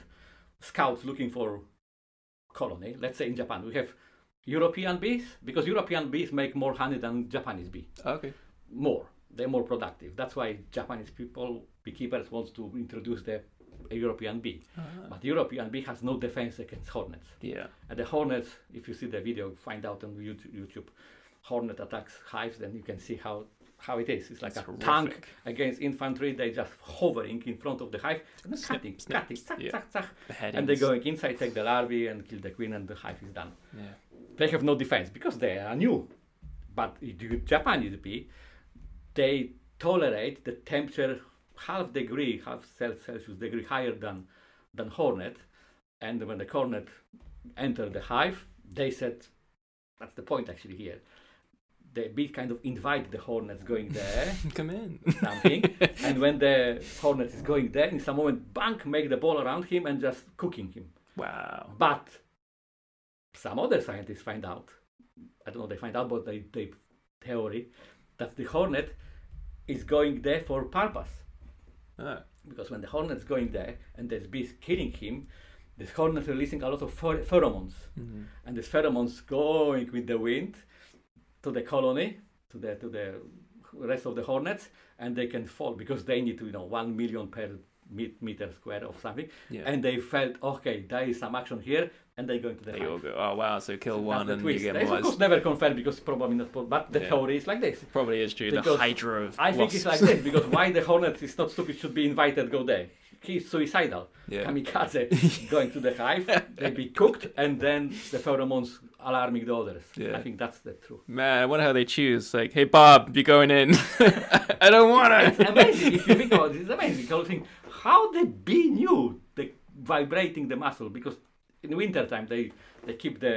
scouts looking for colony. Let's say in Japan we have European bees because European bees make more honey than Japanese bee. Okay. more. They're more productive. That's why Japanese people, beekeepers, wants to introduce the European bee. Ah, But European bee has no defense against hornets. yeah. And the hornets, if you see the video, find out on Yout- YouTube, hornet attacks hives, then you can see how, how it is. It's like It's a tank horrific. against infantry. They just hovering in front of the hive, and then Snip, cutting, snip, cutting, zack, yeah. zack, zack. The headings. And they're going inside, take the larvae and kill the queen, and the hive is done Yeah. they have no defense because they are new. But the Japanese bee, they tolerate the temperature half degree, half Cel- Celsius degree higher than than hornet. And when the hornet enter the hive, they said, that's the point actually here. The bee kind of invite the hornets going there, Come in. something. and when the hornet is going there, in some moment, bang, make the ball around him and just cooking him. Wow. But some other scientists find out, I don't know, they find out, but they, they theory that the hornet is going there for purpose. Oh. Because when the hornet's going there and there's bees killing him, this hornet's releasing a lot of pher- pheromones. Mhm. And these pheromones going with the wind to the colony, to the, to the rest of the hornets, and they can fall because they need to, you know, one million per me- meter square of something Yeah. and they felt okay there is some action here and they go into the they hive. all go. Oh wow. So kill That's one the and twist. you It's get more. of course never confirmed because probably not but the Yeah. theory is like this Probably is true. the Because Hydra of i think it's like wasps. this because why the hornet is not stupid should be invited go there he's suicidal yeah. kamikaze going to the hive they be cooked and then the pheromones alarming the others Yeah. i think that's the truth Man, I wonder how they choose. Like, hey Bob, you're going in. I don't want it's to. amazing if you think about it it's amazing because think how the bee knew the vibrating the muscle because in winter time they they keep the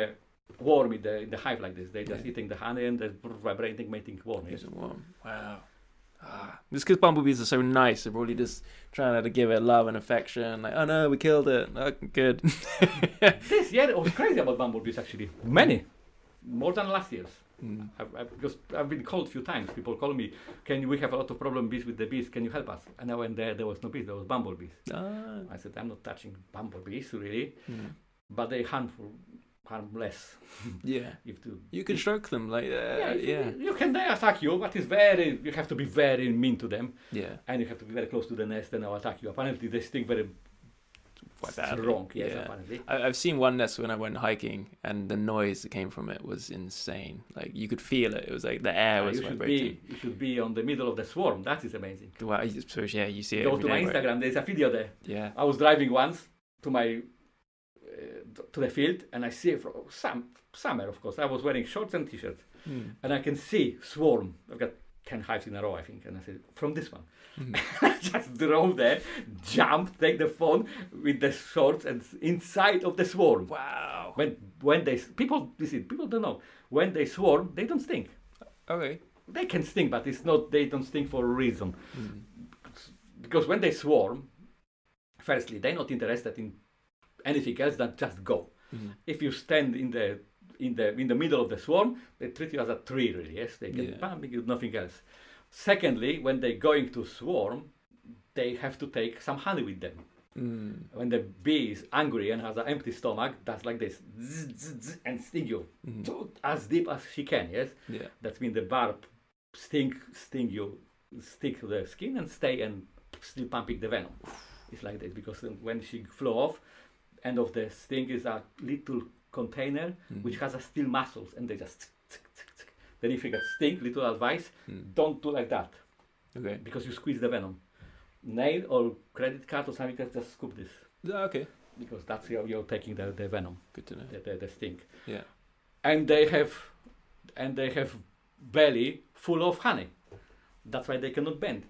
warm in the, in the hive like this they just Yeah. eating the honey and they're vibrating mating warm yes. Wow. Ah, just because bumblebees are so nice, they're probably just trying to give it love and affection. Like, oh no, we killed it. Oh, good. this year I was crazy about bumblebees actually many more than last year's Mm. I, I, because I've been called a few times. People call me, "Can you, we have a lot of problem bees with the bees? Can you help us?" And I went there. There was no bees. There was bumblebees. Ah. I said, "I'm not touching bumblebees really, Mm. but they harmful, harmless. Yeah, If to you can stroke them. Like, uh, yeah, yeah, if- yeah, You can they attack you, but it's very you have to be very mean to them, yeah. and you have to be very close to the nest, and they'll attack you. Apparently, they sting very Quite badly. strong. Yes, Yeah. apparently. I, I've seen one nest when I went hiking, and the noise that came from it was insane. Like you could feel it. It was like the air Uh, was you should vibrating. be you should be on the middle of the swarm. That is amazing. Wow, you- so yeah, you see it. Go every to my day, right? Instagram. There's a video there. Yeah, I was driving once to my uh, to the field, and I see from some summer, of course. I was wearing shorts and t-shirt, Mm. and I can see swarm. I've got ten hives in a row, I think, and I said from this one. Mm. I just drove there, jumped, take the phone with the shorts and s- inside of the swarm. wow. When when they s- people listen, people don't know when they swarm, they don't stink. Okay. They can stink, but it's not they don't stink for a reason. Mm. Because when they swarm, firstly they're not interested in anything else than just go. Mm. If you stand in the in the in the middle of the swarm, they treat you as a tree, really. Yes, they can Yeah. bam, you, nothing else. Secondly, when they're going to swarm, they have to take some honey with them. Mm. When the bee is angry and has an empty stomach, that's like this, zzz, zzz, zzz, and sting you Mm. to- as deep as she can. Yes, Yeah. that means the barb sting sting you, stick to the skin and stay and still pumping the venom. It's like that because when she flew off, end of the sting is a little container Mm. which has a steel muscles and they just tick, tick, tick, tick. then if you get sting, little advice, Mm. don't do like that Okay. because you squeeze the venom. Nail or credit card or something else, just scoop this Ah, okay. because that's how you're taking the, the venom, Good to know. the, the, the sting. Yeah. And they have and they have belly full of honey. That's why they cannot bend.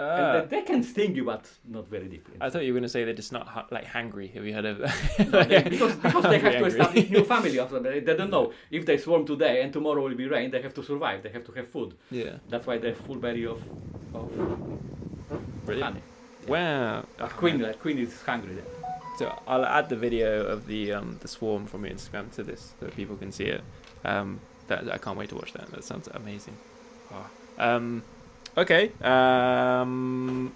Ah. And they, they can sting you, but not very deeply. I thought you were going to say they're just not hu- like hungry. Have you heard of that? No, they- because, because they have to Hungry, establish angry. new family after that. They don't know if they swarm today and tomorrow will be rain. They have to survive. They have to have food. yeah. That's why they have full belly of, of Brilliant. honey. Wow. But queen, like, queen is hungry. Then. So I'll add the video of the um, the swarm from your Instagram to this so that people can see it. Um, that I can't wait to watch that. That sounds amazing. Ah. Um, okay. Um,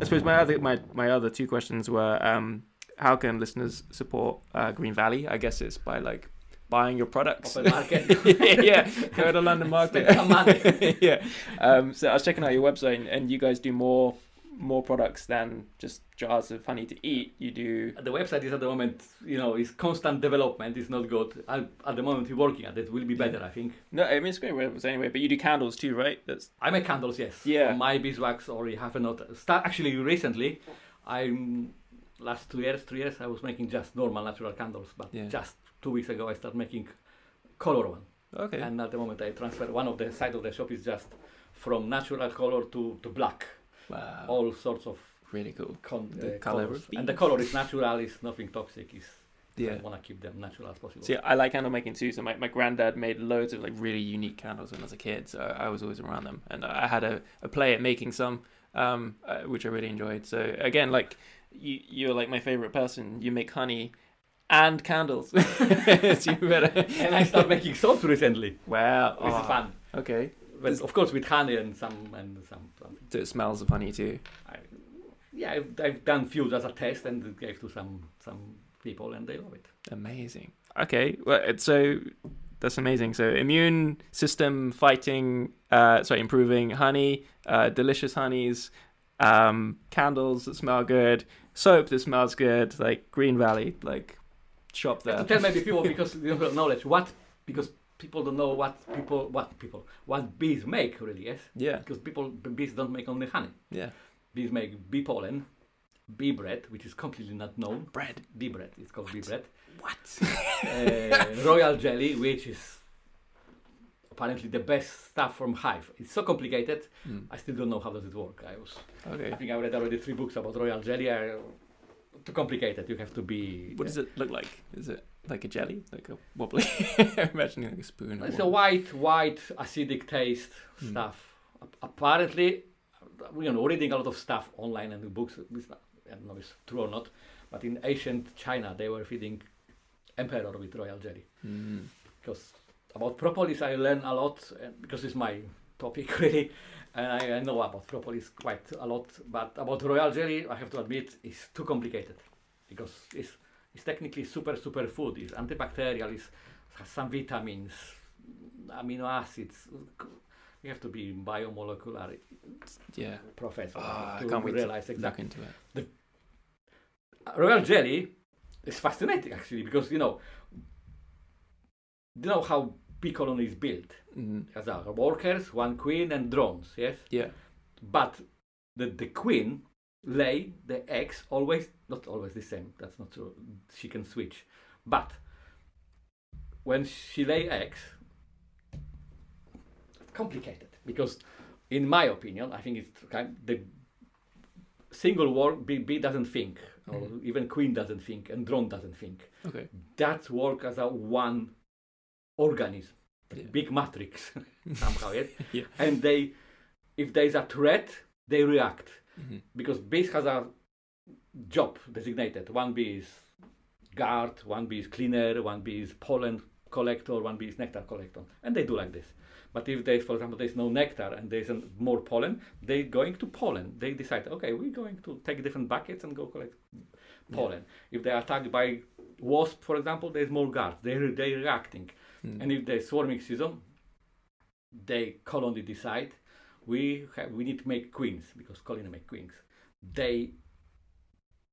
I suppose my other my, my other two questions were um, how can listeners support uh, Green Valley? I guess it's by like buying your products. Open market. yeah, go to London Market. Spend some money. yeah. Um, so I was checking out your website, and, and you guys do more more products than just jars of honey to eat. You do. The website is at the moment, you know, is constant development. It's not good. I, at the moment, we're working at it. Will be better, I think. No, I mean it's great webs anyway, but you do candles too, right? That's I make candles, yes. Yeah. My beeswax already half a knot. Start actually recently. I'm last two years, three years, I was making just normal natural candles, but Yeah. just two weeks ago I started making color one. okay. And at the moment I transfer one of the side of the shop is just from natural color to, to black. wow, All sorts of really cool. con- The uh, colour colours. of And the bees. color is natural. It's nothing toxic. Is Yeah. I want to keep them natural as possible. See, I like candle making too. So my, my granddad made loads of like really unique candles when I was a kid. So I was always around them, and I had a, a play at making some, um, uh, which I really enjoyed. So again, like you you're like my favorite person. You make honey and candles. so you better. and I started making soaps recently. Wow. This Ah, is fun. Okay. But of course with honey and some and some, some So it smells of honey too. I, yeah, I've, I've done few as a test and it gave to some some people and they love it. Amazing. Okay. Well, it's so that's amazing. So immune system fighting, uh, sorry, improving honey, uh, delicious honeys, um, candles that smell good, soap that smells good, like Green Valley, like shop To there. tell maybe people because you don't have knowledge what because people don't know what people what people what bees make really yes Yeah. because people bees don't make only honey Yeah. bees make bee pollen, bee bread which is completely not known Bread. bee bread it's called bee bread What? uh, royal jelly which is apparently the best stuff from hive it's so complicated Mm. I still don't know how does it work I was I Okay. think I read already three books about royal jelly. I, too complicated. You have to be. What does it look like? Is it like a jelly, like a wobbly? I'm imagining like a spoon. or It's a what- white, white, acidic taste Mm. stuff. Ap- Apparently, you know, reading a lot of stuff online and in books. It's not, I don't know if it's true or not, but in ancient China they were feeding emperor with royal jelly. Mm. because about propolis I learn a lot uh, because it's my topic really, and I, I know about propolis quite a lot. But about royal jelly, I have to admit, it's too complicated because it's it's technically super super food. It's antibacterial. It's has some vitamins, amino acids. You have to be biomolecular Yeah. professor Ah, I to can't wait to realize Look exactly. Uh, into it. Royal jelly is fascinating actually because you know, you know how bee colony is built. Mm. as our workers, one queen and drones, yes? Yeah. But the, the queen lay the eggs always, not always the same, that's not true, she can switch. But when she lay eggs, complicated, because in my opinion, I think it's kind the single work, bee, bee doesn't think, or Mhm. even queen doesn't think, and drone doesn't think Okay. that work as a one organism, Yeah. big matrix somehow, yes? Yeah. And they, if there is a threat, they react Mhm. because bees has a job designated. One bee is guard, one bee is cleaner, one bee is pollen collector, one bee is nectar collector, and they do like this. But if there's, for example, there's no nectar and there's an- more pollen, they're going to pollen. They decide, okay, we're going to take different buckets and go collect pollen. If they're attacked by wasp, for example, there's more guards. They're, they're reacting. Mm. And if there's swarming season, they colony decide we have, we need to make queens because colony make queens. They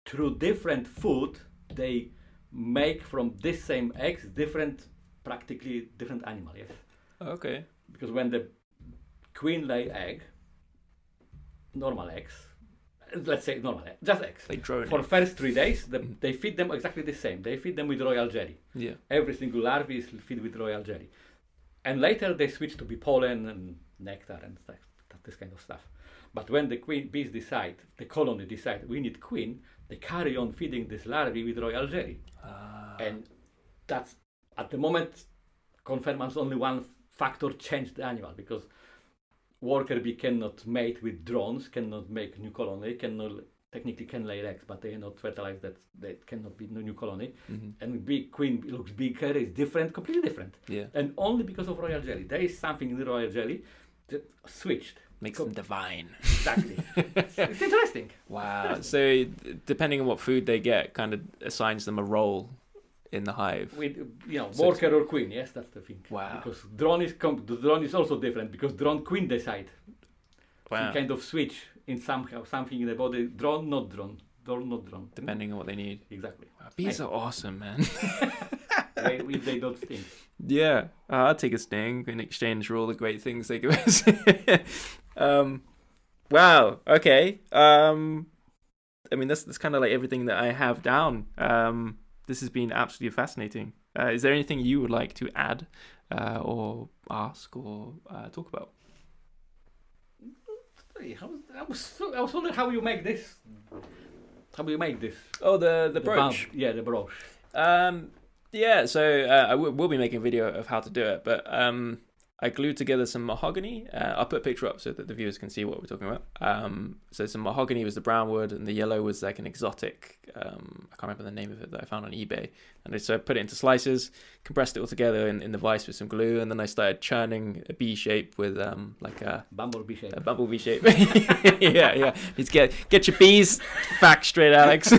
through different food they make from this same eggs different practically different animal. Yes, Oh, Okay. because when the queen lay egg, normal eggs, let's say normal egg, just eggs. Like drone. For first three days, the, Mm. they feed them exactly the same. They feed them with royal jelly Yeah. every single larvae is filled with royal jelly. And later they switch to be pollen and nectar and stuff, that- this kind of stuff. But when the queen bees decide, the colony decide, we need queen, they carry on feeding this larvae with royal jelly. Ah. And that's, at the moment, confirms only one factor changed the animal because worker bee cannot mate with drones, cannot make new colony, cannot, technically can lay eggs, but they are not fertilized, that they cannot be new colony Mhm. and big queen looks bigger is different completely different Yeah. and only because of royal jelly there is something in the royal jelly that switched Makes Co- them divine. exactly it's, it's interesting Wow. So d- depending on what food they get, kind of assigns them a role in the hive. with you know So it's- worker or queen yes that's the thing Wow. because drone is com- the drone is also different because drone queen decide some Wow. kind of switch in somehow something in the body drone not drone drone not drone Depending on what they need. exactly Wow, bees are awesome, man. they, if they don't sting Yeah, uh, I'll take a sting in exchange for all the great things they give us. um, wow. Okay. Um, I mean, that's that's kind of like everything that I have down. Um, this has been absolutely fascinating. Uh, is there anything you would like to add, uh, or ask, or uh, talk about? Hey, I was, I was, so- I was wondering how you make this how you make this Oh, the the bulb- yeah the brooch Um, yeah, so uh, I w- will be making a video of how to do it, but um, I glued together some mahogany. Uh, I'll put a picture up so that the viewers can see what we're talking about. Um, so some mahogany was the brown wood, and the yellow was like an exotic. Um, I can't remember the name of it that I found on eBay. And I- so I put it into slices, compressed it all together in, in the vise with some glue, and then I started churning a B shape with um, like a, bumblebee shape a bumblebee shape. yeah, yeah. Just get get your bees back straight, Alex.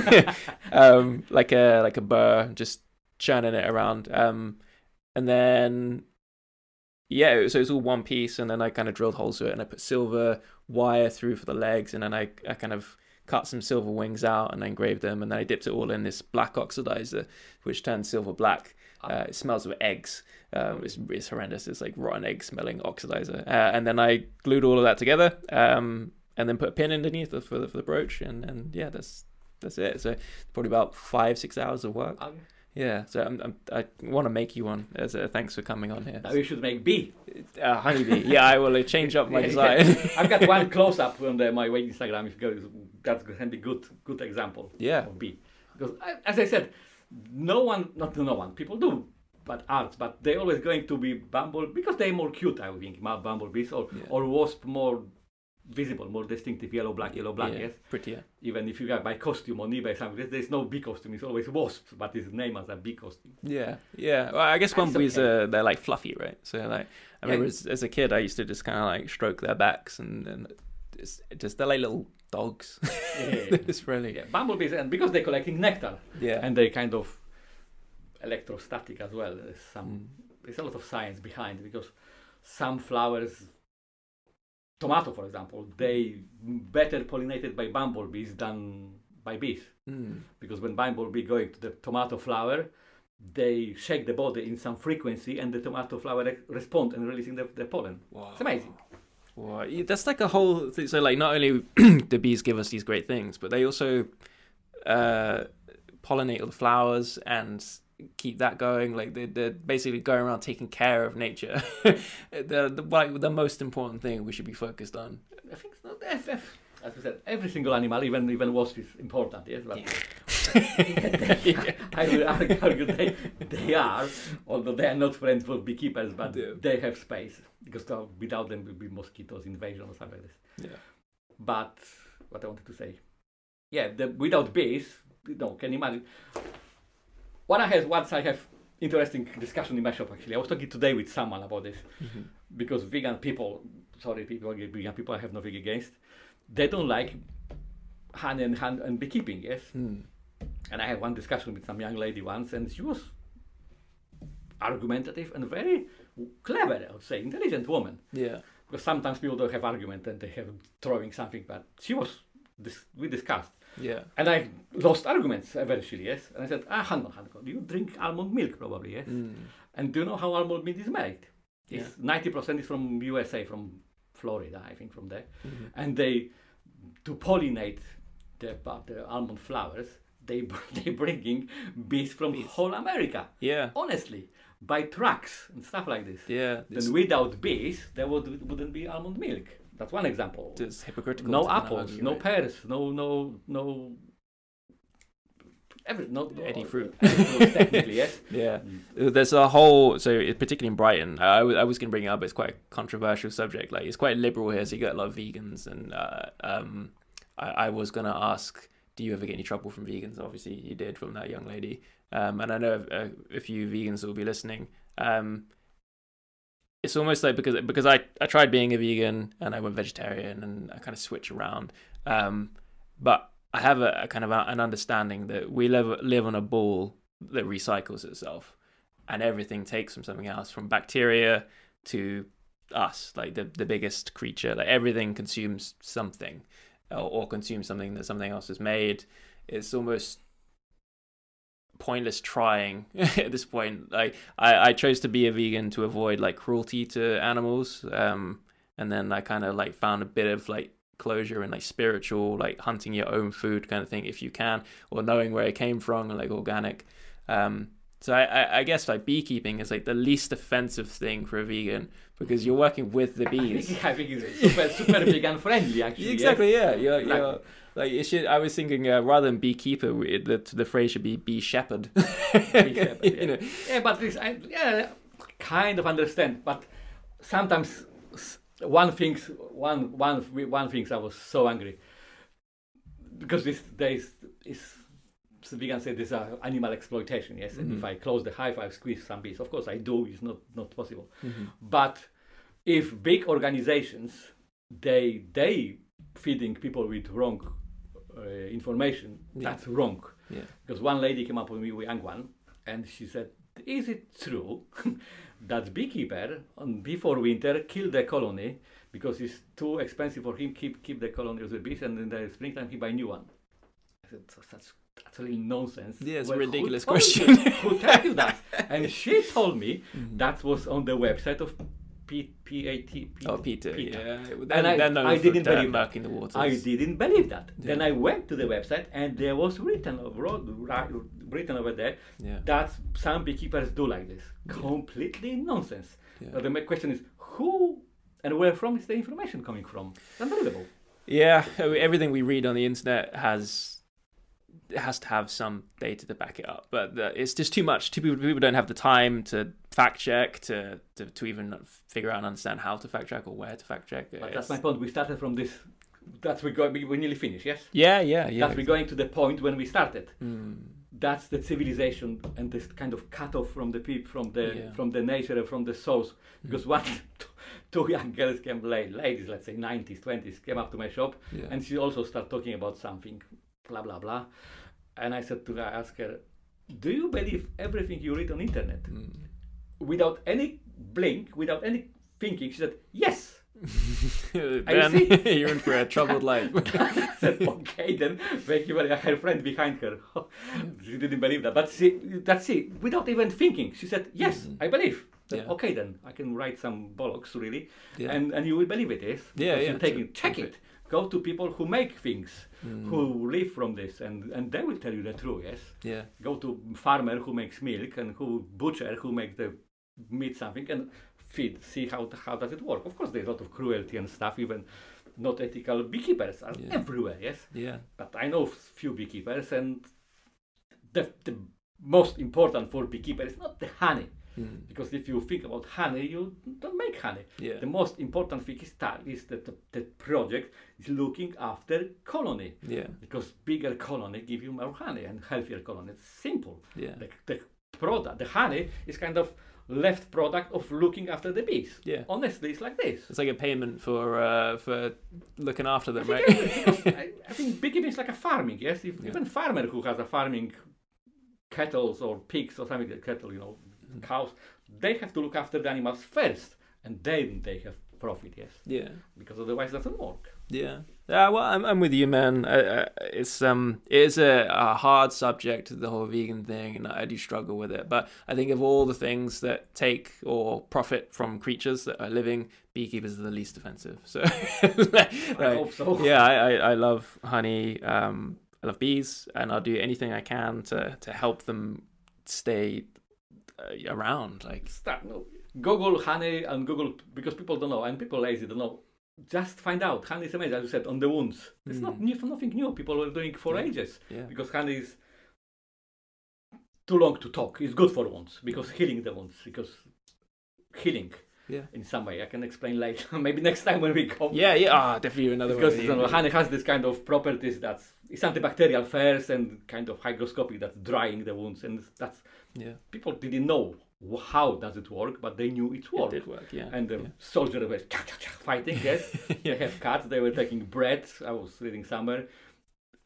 um, like a like a burr, just churning it around. Um, and then yeah, so it's all one piece, and then I kind of drilled holes through it, and I put silver wire through for the legs, and then I I kind of cut some silver wings out and I engraved them, and then I dipped it all in this black oxidizer, which turns silver black. Uh, it smells of eggs. Um, it's, it's horrendous. It's like rotten egg smelling oxidizer. Uh, and then I glued all of that together, um, and then put a pin underneath the, for the for the brooch, and, and yeah, that's that's it. So probably about five six hours of work. Okay. Yeah. So I'm, I'm, I want to make you one. As a, thanks for coming on here. Now you should make B. Uh, honeybee. yeah, I will change up my Yeah, design. yeah. I've got one close up on the, my way Instagram. If you go, that can be good, good example Yeah. of B. Because I- as I said, no one, not no one, people do, but arts, but they always going to be bumble because they're more cute. I would think ma- bumblebees or Yeah. or wasp more visible, more distinctive, yellow black, yellow black. yeah, Yes, Prettier. even if you got my costume on eBay, something there's no B costume. It's always wasps, but it's named as a B costume. Yeah, yeah. Well, I guess That's bumblebees okay. are they're like fluffy, right? So like, I Yeah. remember as, as a kid, I used to just kind of like stroke their backs and and it's just they're like little dogs. Yeah. it's really Yeah, bumblebees, and because they're collecting nectar, yeah. and they kind of electrostatic as well. There's some Mm. there's a lot of science behind it because some flowers, tomato for example, they better pollinated by bumblebees than by bees Mm. because when bumblebee going to the tomato flower, they shake the body in some frequency and the tomato flower re- respond and releasing the, the pollen. Wow. It's amazing. Wow. Yeah, That's like a whole thing. So like, not only the bees give us these great things, but they also uh, pollinate all the flowers and keep that going. Like they're, they're basically going around taking care of nature. the, the like the most important thing we should be focused on. I think it's not F, F. As we said, every single animal, even even wasp, is important. Yes, but I would argue they, they are, although they are not friends for beekeepers, but Yeah. they have space because uh, without them would be mosquitoes invasion or something like this. Yeah. But what I wanted to say, yeah, the, without bees, you know, can you imagine? One I have, once I have interesting discussion in my shop actually. I was talking today with someone about this Mm-hmm. because vegan people, sorry, people, vegan people I have nothing against, they don't like hand and hand and beekeeping, yes. Mm-hmm. And I had one discussion with some young lady once, and she was argumentative and very clever, I would say, intelligent woman. Yeah. Because sometimes people don't have argument and they have throwing something, but she was, dis- we discussed. Yeah. And I lost arguments eventually, yes. And I said, ah, hang on, hang on. You drink almond milk probably, Mm. yes? Mm-hmm. And do you know how almond milk is made? It's 90% is from USA, from Florida, I think, from there. Mm-hmm. And they, to pollinate the, pa- the almond flowers, they, br- they bringing bees from whole America, Yeah. honestly, by trucks and stuff like this. Yeah. It's, Then without bees, there would, wouldn't be almond milk. That's one example it's hypocritical. to no kind of apples, argue no it. pears, no no no. Every, no, no Any fruit. any fruit, technically, yes. Yeah, there's a whole so it- particularly in Brighton. I, I was- I was going to bring it up. It's quite a controversial subject. Like it's quite liberal here, so you get a lot of vegans. And uh, um, I, I was going to ask, do you ever get any trouble from vegans? Obviously, you did from that young lady. Um, and I know a, a few vegans that will be listening. Um, it's almost like because because I, I tried being a vegan and I went vegetarian and I kind of switch around. Um, but I have a, a kind of a, an understanding that we live live on a ball that recycles itself, and everything takes from something else, from bacteria to us, like the the biggest creature. Like everything consumes something, or, or consumes something that something else has made. It's almost pointless trying at this point. Like I, I chose to be a vegan to avoid like cruelty to animals, um, and then I kind of like found a bit of like closure and like spiritual like hunting your own food kind of thing if you can or knowing where it came from and like organic um so I, I i guess like beekeeping is like the least offensive thing for a vegan because you're working with the I bees think, I think it's super super vegan friendly actually. yeah, yes. exactly. Yeah, you're, Exactly. you're like it should. I was thinking uh, rather than beekeeper, we- the the phrase should be bee shepherd. shepherd, yeah. you know, Yeah, but this I yeah kind of understand, but sometimes s- one things one one one things I was so angry because this days is. So vegan say this are animal exploitation, yes. And if I close the hive, I squeeze some bees. Of course, I do. It's not not possible. But if big organizations they they feeding people with wrong uh, information, Yeah. that's wrong. Yeah. Because one lady came up with me, with young one, and she said, "Is it true that beekeeper on before winter kill the colony because it's too expensive for him keep keep the colony of the bees, and in the springtime he buy new one?" I said, "So "That's absolutely nonsense." Yeah, it's a who ridiculous told you- question. Mm-hmm. who told you that? And she told me that was on the website of P- PAT. oh Peter, yeah. Then, And I- then known I for didn't dirt believe that. murking the waters. I didn't believe that. Then I went to the website and there was written wrote, write- written over there Yeah. that some beekeepers do like this. Completely nonsense. But the ma- question is who and where from is the information coming from? It's unbelievable. Yeah, I mean, everything we read on the internet has it has to have some data to back it up, but the, it's just too much. Two people, people don't have the time to fact check, to, to to even figure out and understand how to fact check or where to fact check. But It's- that's my point. We started from this. That's we go. We, we nearly finished. Yes. yeah, yeah, yeah. Mm, That we're going to the point when we started. That's the civilization and this kind of cut off from the people, from the Yeah. from the nature, and from the source. Because one, two, two young girls came, la- ladies, let's say 90s, 20s, came up to my shop, Yeah. and she also started talking about something, blah blah blah. And I said to her, I asked her, "Do you believe everything you read on internet?" Mm. Without any blink, without any thinking, she said, "Yes." I ben, see. you're in for a troubled life. I said, okay, then thank you very much. Her friend behind her, she didn't believe that. But she, that's it. Without even thinking, she said, yes, I believe. Then, Mm-hmm. Yeah. Okay, then I can write some bollocks, really, Yeah. and and you will believe it is. Yeah, because yeah, You take true, it, check it. Go to people who make things, Mm. who live from this, and and they will tell you the truth. Yes. yeah, Go to farmer who makes milk and who butcher who makes the meat something and feed. See how how does it work? Of course, there's a lot of cruelty and stuff. Even not ethical beekeepers are Yeah. everywhere. Yes, yeah, but I know few beekeepers, and the the most important for beekeepers is not the honey. Mm. Because if you think about honey, you don't make honey. Yeah. The most important thing is that is that the, the project is looking after colony Yeah. because bigger colony give you more honey and healthier colony. It's simple. Yeah. The, the product, the honey is kind of left product of looking after the bees. Yeah. Honestly, it's like this. It's like a payment for uh, for looking after them, I right? think, yeah, because I, I think beekeeping is like a farming, yes? If, Yeah. Even farmer who has a farming cattle or pigs or something, like cattle, you know, Mm-hmm. cows, they have to look after the animals first and then they have profit, yes? yeah. Because otherwise it doesn't work. Yeah. Yeah, well, I'm, I'm with you, man. I, I, it's um, it is a, a hard subject, the whole vegan thing, and I do struggle with it. But I think of all the things that take or profit from creatures that are living, beekeepers are the least offensive. So, I like, hope so. yeah, I, I, I love honey. Um, I love bees, and I'll do anything I can to to help them stay uh, around. Like, Start, no. Google honey and Google, because people don't know, and people lazy don't know. Just find out. Honey is amazing, as you said, on the wounds. It's not Mm. new, nothing new. People were doing for Yeah. ages. yeah, because honey is too long to talk. It's good for wounds because healing the wounds because healing Yeah. in some way. I can explain later, maybe next time when we come. yeah, yeah. Ah, definitely another Because one. you know, honey has this kind of properties that's it's antibacterial first and kind of hygroscopic that's drying the wounds and that's yeah, people didn't know wh- how does it work but they knew it it worked did work. Yeah, and um, the yeah. soldiers were cha, cha, cha, fighting. Yes, Yeah. they have cats. They were taking bread. I was reading somewhere.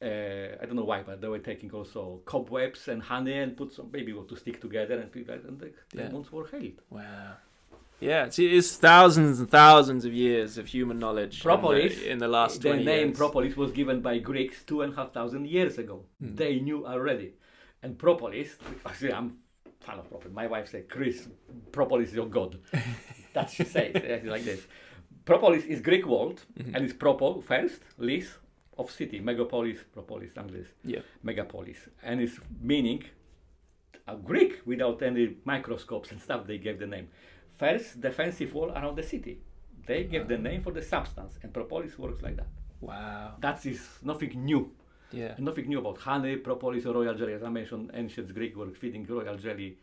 Uh, I don't know why, but they were taking also cobwebs and honey and put some baby wood to stick together and people and the the Yeah. demons were healed. Wow. Yeah, it's, it's thousands and thousands of years of human knowledge. in the- Propolis, In the, last the 20 name years. propolis was given by Greeks two and a half thousand years ago. Hmm. They knew already, and propolis. Actually, I'm fan of propolis. My wife said, "Chris, propolis is your god." that she says yeah, like this. Propolis is Greek word, Mhm. and it's propo first, lis of city, megapolis, propolis, something like this, Yeah. megapolis, and it's meaning a Greek without any microscopes and stuff. They gave the name. First, defensive wall around the city. They gave the Ah. name for the substance, and propolis works like that. Wow. That is nothing new. Yeah. Nothing new about honey, propolis, or royal jelly. As I mentioned, ancient Greek were feeding royal jelly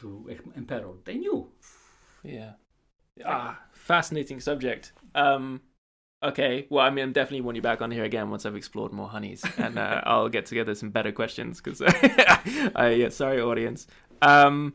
to emperor. They knew. Yeah. Ah, fascinating subject. Um, okay. Well, I mean, I'm definitely want you back on here again once I've explored more honeys, and uh, I'll get together some better questions because, I yeah, sorry, audience. Um,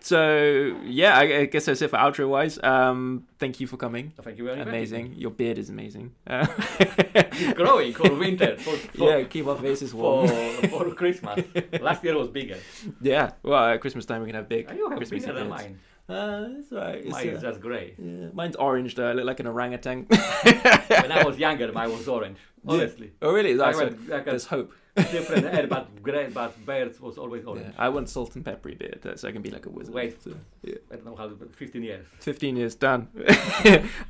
so yeah, I, I guess that's it for outro wise. Um, thank you for coming. So thank you very much. Amazing. Your beard is amazing. Uh, It's growing for winter, for, for, yeah, keep our faces warm. for, for Christmas. Last year was bigger. Yeah, well, at Christmas time we can have big. And you have Christmas bigger than beards. mine. Uh, that's right. It's, Mine is uh, just grey. yeah, mine's orange though. I look like an orangutan. When I was younger, mine was orange. Yeah. Honestly, oh really? I That's had like a there's hope. different hair, but grey, but beard was always Yeah, orange. I want salt and peppery beard uh, so I can be like a wizard. Wait. So, yeah. I don't know how, but 15 years. Fifteen years done.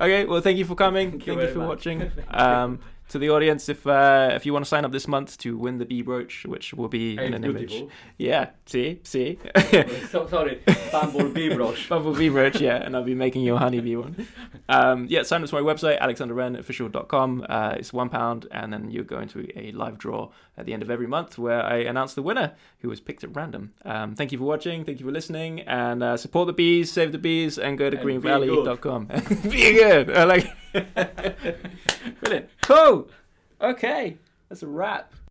okay, well, thank you for coming. Thank you thank very for much. watching. Um, to the audience, if uh, if you want to sign up this month to win the bee brooch, which will be in Ain't an image. beautiful. Yeah, see, see. so sorry, bumblebee brush. Bumblebee Roach, yeah, and I'll be making your honeybee one. Um, yeah, sign up to my website, alexanderrenofficial.com. Uh, it's one pound, and then you go into a live draw at the end of every month where I announce the winner who was picked at random. Um, thank you for watching, thank you for listening, and uh, support the bees, save the bees, and go to And be greenvalley.com. be good. I like Brilliant. Cool. Okay, that's a wrap.